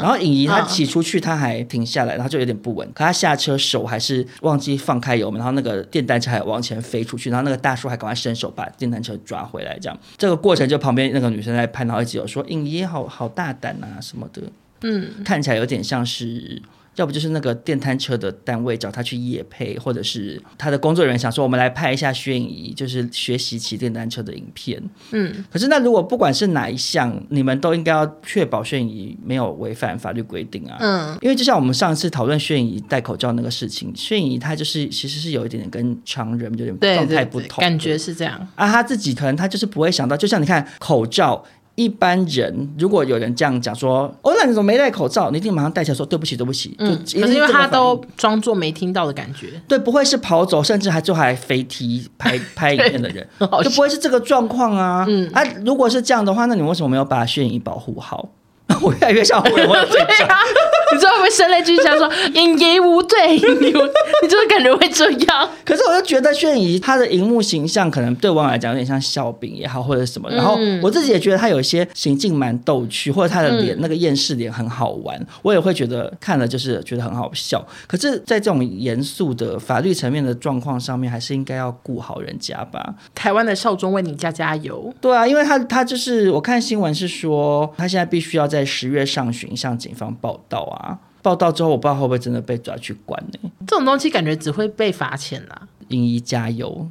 Speaker 3: 然后颖仪她
Speaker 1: 嗯
Speaker 3: 骑出去，她还停下来，然后就有点不稳。可她下车手还是忘记放开油门，然后那个电单车还往前飞出去，然后那个大叔还赶快伸手把电单车抓回来。这样这个过程就旁边那个女生在拍，然后一直有说颖仪好好大胆啊什么的，
Speaker 1: 嗯，
Speaker 3: 看起来有点像是。要不就是那个电单车的单位找她去夜配，或者是她的工作人员想说我们来拍一下薛颖仪，就是学习骑电单车的影片。
Speaker 1: 嗯，
Speaker 3: 可是那如果不管是哪一项，你们都应该要确保薛颖仪没有违反法律规定啊。
Speaker 1: 嗯，
Speaker 3: 因为就像我们上次讨论薛颖仪戴口罩那个事情，薛颖仪她就是其实是有一点点跟常人有点
Speaker 1: 对
Speaker 3: 状
Speaker 1: 对
Speaker 3: 态不
Speaker 1: 对，
Speaker 3: 同的，
Speaker 1: 感觉是这样。
Speaker 3: 啊，她自己可能她就是不会想到，就像你看口罩。一般人如果有人这样讲说，哦，那你怎么没戴口罩？你一定马上戴起来说对不起，对不起。就
Speaker 1: 嗯，
Speaker 3: 一定
Speaker 1: 可是因为
Speaker 3: 这个
Speaker 1: 他
Speaker 3: 反
Speaker 1: 都
Speaker 3: 应
Speaker 1: 装作没听到的感 觉。
Speaker 3: 对，不会是跑走，甚至还最后还飞踢 拍拍影片的人，
Speaker 1: 很好
Speaker 3: 就不会是这个状况啊。嗯啊，如果是这样的话，那你为什么没有把炫影保护好？ 我越来越像护人会会
Speaker 1: 对
Speaker 3: 长。
Speaker 1: 啊，你知道会不会声泪俱下说“演爷无罪”，你你就是感觉会这 样。
Speaker 3: 可是我就觉得炫怡她的荧幕形象可能对我来讲有点像笑柄也好，或者什么。然后我自己也觉得她有一些行径蛮逗趣，或者她的脸、那个厌世脸很好玩，我也会觉得看了就是觉得很好笑。可是，在这种严肃的法律层面的状况上面，还是应该要顾好人家吧。
Speaker 1: 台湾的少中为你加加油。
Speaker 3: 对啊，因为他他就是我看新闻是说，他现在必须要在十月上旬向警方报到啊。报到之后，我不知道会不会真的被抓去关呢、
Speaker 1: 这种东西感觉只会被罚钱啦。
Speaker 3: 英一加油！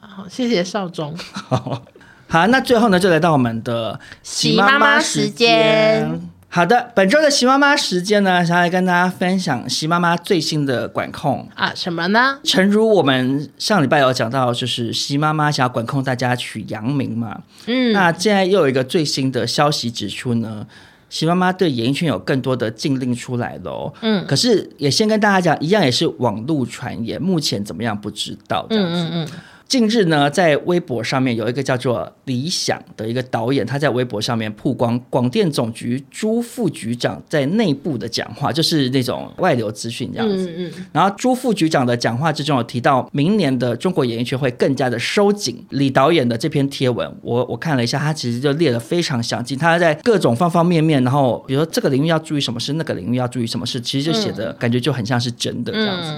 Speaker 1: 好，谢谢少中。
Speaker 3: 好，那最后呢，就来到我们的
Speaker 1: 喜妈妈时间。
Speaker 3: 好的，本周的喜妈妈时间呢，想要来跟大家分享喜妈妈最新的管控。
Speaker 1: 啊，什么呢？
Speaker 3: 诚如我们上礼拜有讲到，就是习妈妈想要管控大家取阳明嘛，
Speaker 1: 嗯
Speaker 3: 那现在又有一个最新的消息指出呢，习妈妈对演艺圈有更多的禁令出来了、哦。
Speaker 1: 嗯
Speaker 3: 可是也先跟大家讲，一样也是网络传言，目前怎么样不知道这样子。
Speaker 1: 嗯嗯
Speaker 3: 近日呢，在微博上面有一个叫做李想的一个导演，他在微博上面曝光广电总局朱副局长在内部的讲话，就是那种外流资讯这样子。
Speaker 1: 嗯嗯嗯，
Speaker 3: 然后朱副局长的讲话之中有提到，明年的中国演艺圈会更加的收紧。李导演的这篇贴文，我我看了一下，他其实就列得非常详尽，他在各种方方面面，然后比如说这个领域要注意什么事，那个领域要注意什么事，其实就写的感觉就很像是真的这样子。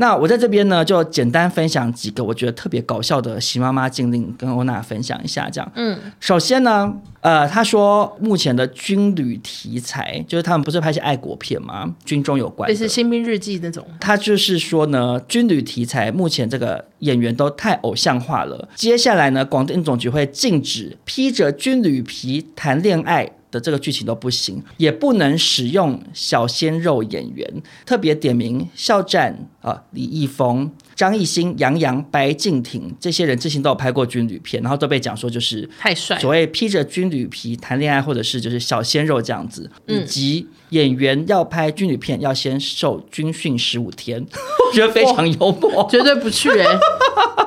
Speaker 3: 那我在这边呢，就简单分享几个我觉得特别搞笑的喜妈妈禁令，跟欧娜分享一下。这样，
Speaker 1: 嗯，
Speaker 3: 首先呢，呃，他说目前的军旅题材，就是他们不是拍一些爱国片吗？军中有关
Speaker 1: 类
Speaker 3: 的，
Speaker 1: 似《新兵日记》那种。
Speaker 3: 他就是说呢，军旅题材目前这个演员都太偶像化了。接下来呢，广电总局会禁止披着军旅皮谈恋爱。的这个剧情都不行，也不能使用小鲜肉演员，特别点名肖战啊、李易峰、张艺兴、杨洋、白敬亭这些人，之前都有拍过军旅片，然后都被讲说就是
Speaker 1: 太帅
Speaker 3: 所谓披着军旅皮谈恋爱，或者是就是小鲜肉这样子，
Speaker 1: 嗯
Speaker 3: 以及演员要拍军旅片要先受军训十五 天，我觉得非常幽默。
Speaker 1: 绝对不去哎、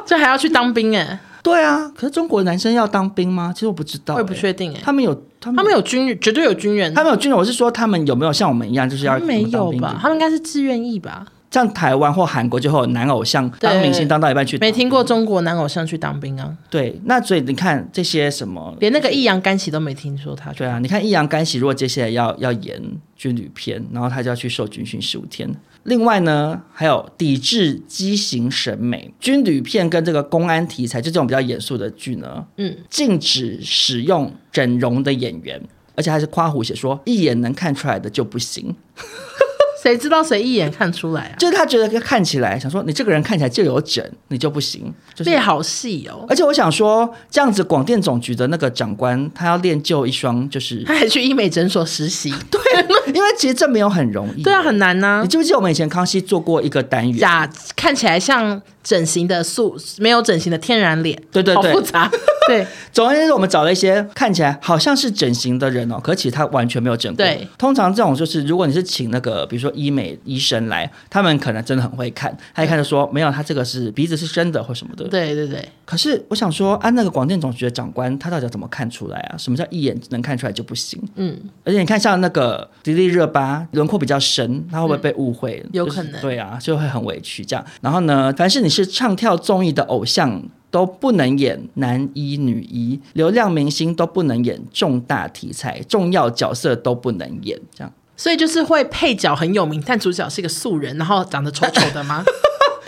Speaker 1: 这还要去当兵哎、
Speaker 3: 对啊，可是中国男生要当兵吗？其实我不知道、
Speaker 1: 我也不
Speaker 3: 欸
Speaker 1: 确定哎、
Speaker 3: 他们有他们
Speaker 1: 他们有军人，绝对有军人，
Speaker 3: 他们有军人，我是说他们有没有像我们一样，就是要
Speaker 1: 没
Speaker 3: 当
Speaker 1: 有
Speaker 3: 兵
Speaker 1: 吧？他们应该是自愿意吧？
Speaker 3: 像台湾或韩国就会有男偶像当明星当到一半去
Speaker 1: 没听过中国男偶像去当兵啊，
Speaker 3: 对，那所以你看这些什么
Speaker 1: 连那个易烊千玺都没听说他去
Speaker 3: 对啊，你看易烊千玺如果接下来要要演军旅片，然后他就要去受军训十五天。另外呢，还有抵制畸形审美，军旅片跟这个公安题材，就这种比较严肃的剧呢，
Speaker 1: 嗯，
Speaker 3: 禁止使用整容的演员，而且还是夸胡写说一眼能看出来的就不行，
Speaker 1: 谁知道谁一眼看出来啊？
Speaker 3: 就是他觉得看起来想说你这个人看起来就有整，你就不行，就是
Speaker 1: 练好戏哦，
Speaker 3: 而且我想说，这样子广电总局的那个长官，他要练就一双，就是
Speaker 1: 他还去医美诊所实 习，对
Speaker 3: 因为其实这没有很容易。
Speaker 1: 对啊，很难呐、
Speaker 3: 你记不记得我们以前康熙做过一个单元？
Speaker 1: 假看起来像整形的素没有整形的天然脸，
Speaker 3: 对对对
Speaker 1: 好复 杂，对，
Speaker 3: 总而言之，我们找了一些看起来好像是整形的人哦，可其实他完全没有整过。
Speaker 1: 对，
Speaker 3: 通常这种就是，如果你是请那个比如说医美医生来，他们可能真的很会看，他一看就说没有，他这个是鼻子是真的或什么的。
Speaker 1: 对对对，
Speaker 3: 可是我想说，啊按、那个广电总局的长官，他到底要怎么看出来啊？什么叫一眼能看出来就不行？
Speaker 1: 嗯，
Speaker 3: 而且你看，像那个迪丽热巴，轮廓比较深，她会不会被误会？
Speaker 1: 有
Speaker 3: 就是
Speaker 1: 可能
Speaker 3: 对啊，就会很委屈这样。然后呢，凡是你是唱跳综艺的偶像。都不能演男一、女一，流量明星都不能演重大题材、重要角色都不能演，这样。
Speaker 1: 所以就是会配角很有名，但主角是一个素人，然后长得丑丑的 吗？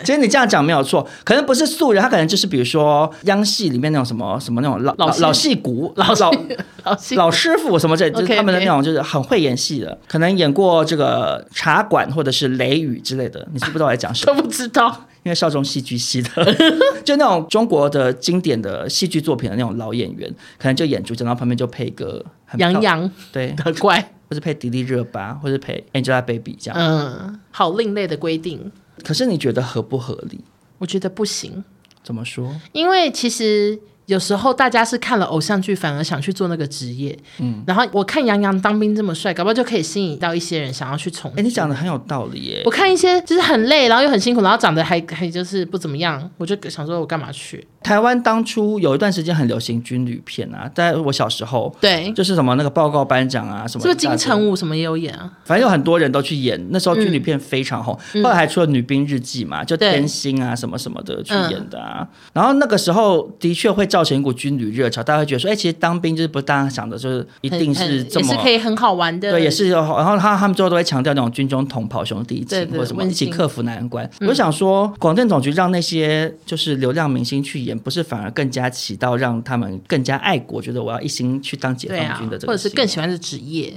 Speaker 3: 其实你这样讲没有错，可能不是素人，他可能就是比如说央戏里面那种什么什么那种老
Speaker 1: 老
Speaker 3: 老
Speaker 1: 戏
Speaker 3: 老戏骨、老
Speaker 1: 老
Speaker 3: 老
Speaker 1: 老师
Speaker 3: 老师傅什么这，就是
Speaker 1: OK，OK
Speaker 3: 他们的那种就是很会演戏的，可能演过这个茶馆或者是雷雨之类的，你是不知道我在讲什
Speaker 1: 都
Speaker 3: 么，
Speaker 1: 不知道，
Speaker 3: 因为少中戏剧系的， 就那种中国的经典的戏剧作品的那种老演员，可能就演主角，然后旁边就配一个很漂
Speaker 1: 杨洋
Speaker 3: 对，
Speaker 1: 的怪，
Speaker 3: 或者配迪丽热巴，或者配 Angelababy 这样。
Speaker 1: 嗯，好另类的规定，
Speaker 3: 可是你觉得合不合理？
Speaker 1: 我觉得不行。
Speaker 3: 怎么说？
Speaker 1: 因为其实有时候大家是看了偶像剧，反而想去做那个职业。嗯，然后我看杨洋当兵这么帅，搞不好就可以吸引到一些人想要去从
Speaker 3: 哎、。你讲的很有道理耶
Speaker 1: 我。看一些就是很累，然后又很辛苦，然后长得还还就是不怎么样，我就想说我干嘛去？
Speaker 3: 台湾当初有一段时间很流行军旅片啊，在我小时候，
Speaker 1: 对，
Speaker 3: 就是什么那个报告班长啊，什么
Speaker 1: 是不是
Speaker 3: 大
Speaker 1: 金
Speaker 3: 哥
Speaker 1: 城武什么也有演啊？
Speaker 3: 反正有很多人都去演，那时候军旅片非常红，后来还出了《女兵日记》嘛，就
Speaker 1: 嗯对
Speaker 3: 天心啊什么什么的去演的啊。然后那个时候的确会造成一股军旅热潮，大家会觉得说，哎、其实当兵就是不是大家想的，就是一
Speaker 1: 很
Speaker 3: 定
Speaker 1: 很
Speaker 3: 是这
Speaker 1: 也
Speaker 3: 么
Speaker 1: 是可以很好玩的，
Speaker 3: 对，也是有。然后他他们最后都会强调那种军中同袍兄弟情
Speaker 1: 对对
Speaker 3: 或什么
Speaker 1: 温
Speaker 3: 一起
Speaker 1: 馨嗯
Speaker 3: 克服难关。我想说，广电总局让那些就是流量明星去演，不是反而更加起到让他们更加爱国，觉得我要一心去当解
Speaker 1: 对
Speaker 3: 放
Speaker 1: 啊
Speaker 3: 军的，这
Speaker 1: 或
Speaker 3: 个
Speaker 1: 者
Speaker 3: 心、
Speaker 1: 是更喜欢的职业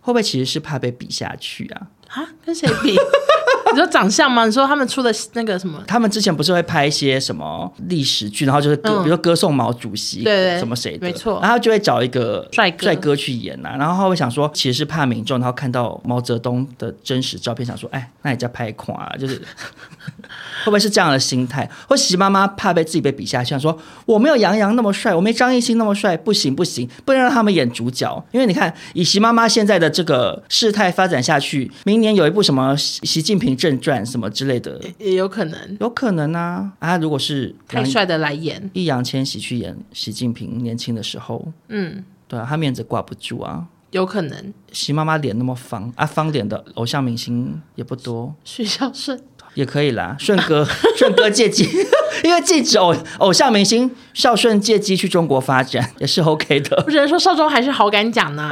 Speaker 3: 会不会其实是怕被比下去啊？
Speaker 1: 啊？跟谁比？ 你说长相吗？你说他们出的那个什么？
Speaker 3: 他们之前不是会拍一些什么历史剧，然后就是歌，
Speaker 1: 嗯
Speaker 3: 比如说歌颂毛主席，
Speaker 1: 对对
Speaker 3: 什么谁的，
Speaker 1: 没错
Speaker 3: 然后就会找一个
Speaker 1: 帅哥
Speaker 3: 帅哥去演呐、啊，然后他会想说，其实是怕民众，然后看到毛泽东的真实照片，想说，哎，那你家拍垮、啊，就是 会不会是这样的心态？或喜妈妈怕被自己被比下去，想说我没有杨洋那么帅，我没张艺兴那么帅，不行不行，不能让他们演主角，因为你看以习妈妈现在的这个事态发展下去，明年有一部什么习习近平正传什么之类的，
Speaker 1: 也有可能
Speaker 3: 有可能啊啊！如果是
Speaker 1: 太
Speaker 3: 杨
Speaker 1: 帅的来演，
Speaker 3: 易烊千玺去演习近平年轻的时候，
Speaker 1: 嗯，
Speaker 3: 对啊，他面子挂不住啊。
Speaker 1: 有可能
Speaker 3: 习妈妈脸那么方啊，方脸的偶像明星也不多，
Speaker 1: 许孝顺。
Speaker 3: 也可以啦。顺 哥，顺哥借机，因为禁止偶偶像明星孝顺借机去中国发展也是 OK 的。
Speaker 1: 我只能说少中还是好敢讲 呢。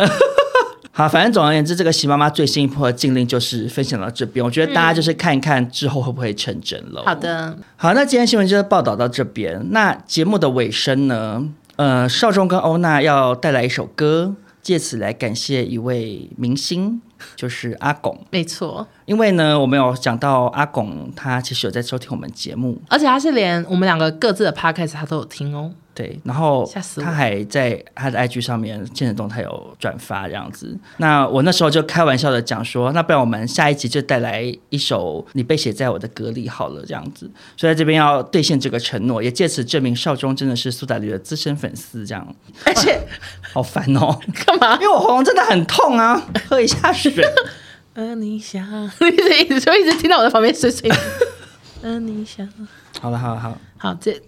Speaker 3: 好，反正总而言之，这个习妈妈最新一波的禁令就是分享到这边，我觉得大家就是看一看之后会不会成真了。
Speaker 1: 好的，
Speaker 3: 嗯好，那今天新闻就报道到这边。那节目的尾声呢？呃，少仲跟欧娜要带来一首歌，借此来感谢一位明星，就是阿拱。
Speaker 1: 没错，
Speaker 3: 因为呢，我们有讲到阿拱，他其实有在收听我们节目，
Speaker 1: 而且他是连我们两个各自的 podcast 他都有听哦。
Speaker 3: 对，然后
Speaker 1: 吓死我
Speaker 3: 他还在他的 IG 上面现实动态有转发这样子。那我那时候就开玩笑的讲说，那不然我们下一集就带来一首《你被写在我的歌里》好了这样子。所以在这边要兑现这个承诺，也借此证明少中真的是苏打绿的资深粉丝，这样
Speaker 1: 而且
Speaker 3: 好烦 哦，
Speaker 1: 干嘛
Speaker 3: 因？为我喉咙真的很痛啊，喝一下水。
Speaker 1: 呃， 你想，一直一直就一直听到我在旁边碎碎念。 呃，你想，哎
Speaker 3: 好了好了好了，
Speaker 1: 好这。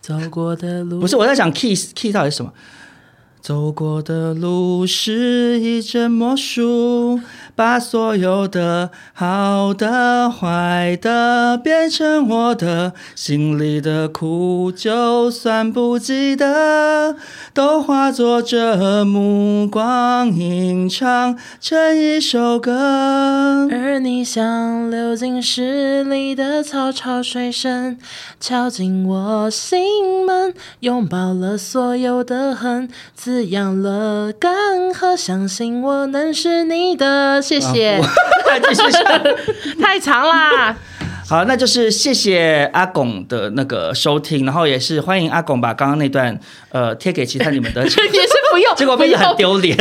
Speaker 1: 走过的路
Speaker 3: 不，是我在想 key key 到底是什么？走过的路是一阵魔术，把所有的好的、坏的变成我的，心里的苦就算不记得，都化作这目光吟唱成一首歌。
Speaker 1: 而你像流进诗里的嘈吵水声，敲进我心门，拥抱了所有的恨，滋养了干涸。相信我能是你的，谢谢。
Speaker 3: 啊继续唱。
Speaker 1: 太长 啦，
Speaker 3: 好，那就是谢谢阿拱的那个收听，然后也是欢迎阿拱把刚刚那段呃贴给其他你们 的，
Speaker 1: 也是不用，
Speaker 3: 结果
Speaker 1: 不
Speaker 3: 变得很
Speaker 1: 用。
Speaker 3: 丢脸。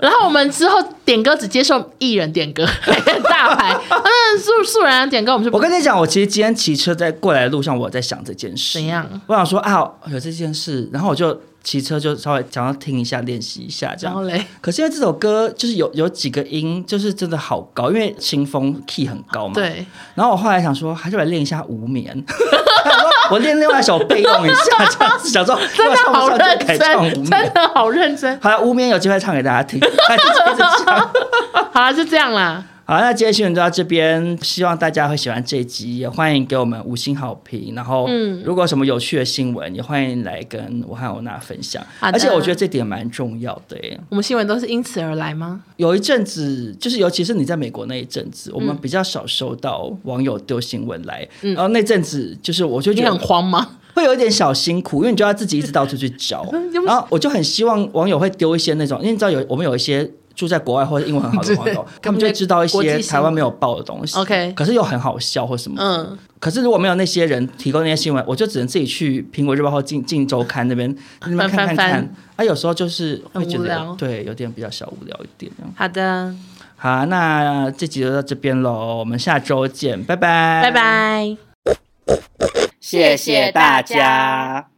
Speaker 1: 然后我们之后点歌只接受艺人点歌， 大牌。嗯，素素人点歌我们是不
Speaker 3: 我跟你讲，我其实今天骑车在过来的路上，我在想这件事
Speaker 1: 怎。 样，
Speaker 3: 我想说啊，有这件事，然后我就骑车就稍微想要听一下，练习一下这
Speaker 1: 然后
Speaker 3: 样。
Speaker 1: 嘞，
Speaker 3: 可是因为这首歌就是有有几个音，就是真的好高，因为清风 key 很高嘛。。
Speaker 1: 对，
Speaker 3: 然后我后来想说，还是来练一下无眠。 然后我练另外一首备用一 下，这样子想说，
Speaker 1: 真
Speaker 3: 如果
Speaker 1: 的
Speaker 3: 唱不
Speaker 1: 好
Speaker 3: 上
Speaker 1: 认
Speaker 3: 就改唱无
Speaker 1: 真，
Speaker 3: 眠。
Speaker 1: 真的好认真。
Speaker 3: 好了，无眠有机会唱给大家听。哎就这样子唱
Speaker 1: 好了，就这样啦。
Speaker 3: 好，那今天新闻就到这边，希望大家会喜欢这一集，也欢迎给我们五星好评。然后，
Speaker 1: 嗯
Speaker 3: 如果有什么有趣的新闻，也欢迎来跟我和欧娜分享。
Speaker 1: 好的
Speaker 3: 而且我觉得这点蛮重要的耶。
Speaker 1: 我们新闻都是因此而来吗？
Speaker 3: 有一阵子，就是尤其是你在美国那一阵子，我们
Speaker 1: 嗯
Speaker 3: 比较少收到网友丢新闻来，然后那阵子就是我就觉
Speaker 1: 你
Speaker 3: 得
Speaker 1: 很慌吗？
Speaker 3: 会有一点小辛苦，因为你就要自己一直到处去 找
Speaker 1: 又。不是
Speaker 3: 然后我就很希望网友会丢一些那种，因为你知道有我们有一些住在国外或者英 文很好的网友，他们就会知道一
Speaker 1: 国际新
Speaker 3: 些
Speaker 1: 闻
Speaker 3: 台湾没有报的东西。
Speaker 1: OK
Speaker 3: 可是又很好笑或什么。
Speaker 1: 嗯，
Speaker 3: 可是如果没有那些人提供那些新闻，我就只能自己去苹果日报或镜镜周刊那边那边看看
Speaker 1: 翻翻
Speaker 3: 看。啊，有时候就是会觉
Speaker 1: 很无
Speaker 3: 得
Speaker 1: 聊
Speaker 3: 有对有点比较小无聊一点这样。
Speaker 1: 好的，
Speaker 3: 好，那这集就到这边喽，我们下周见，拜拜，
Speaker 1: 拜。拜。
Speaker 2: 谢谢大家。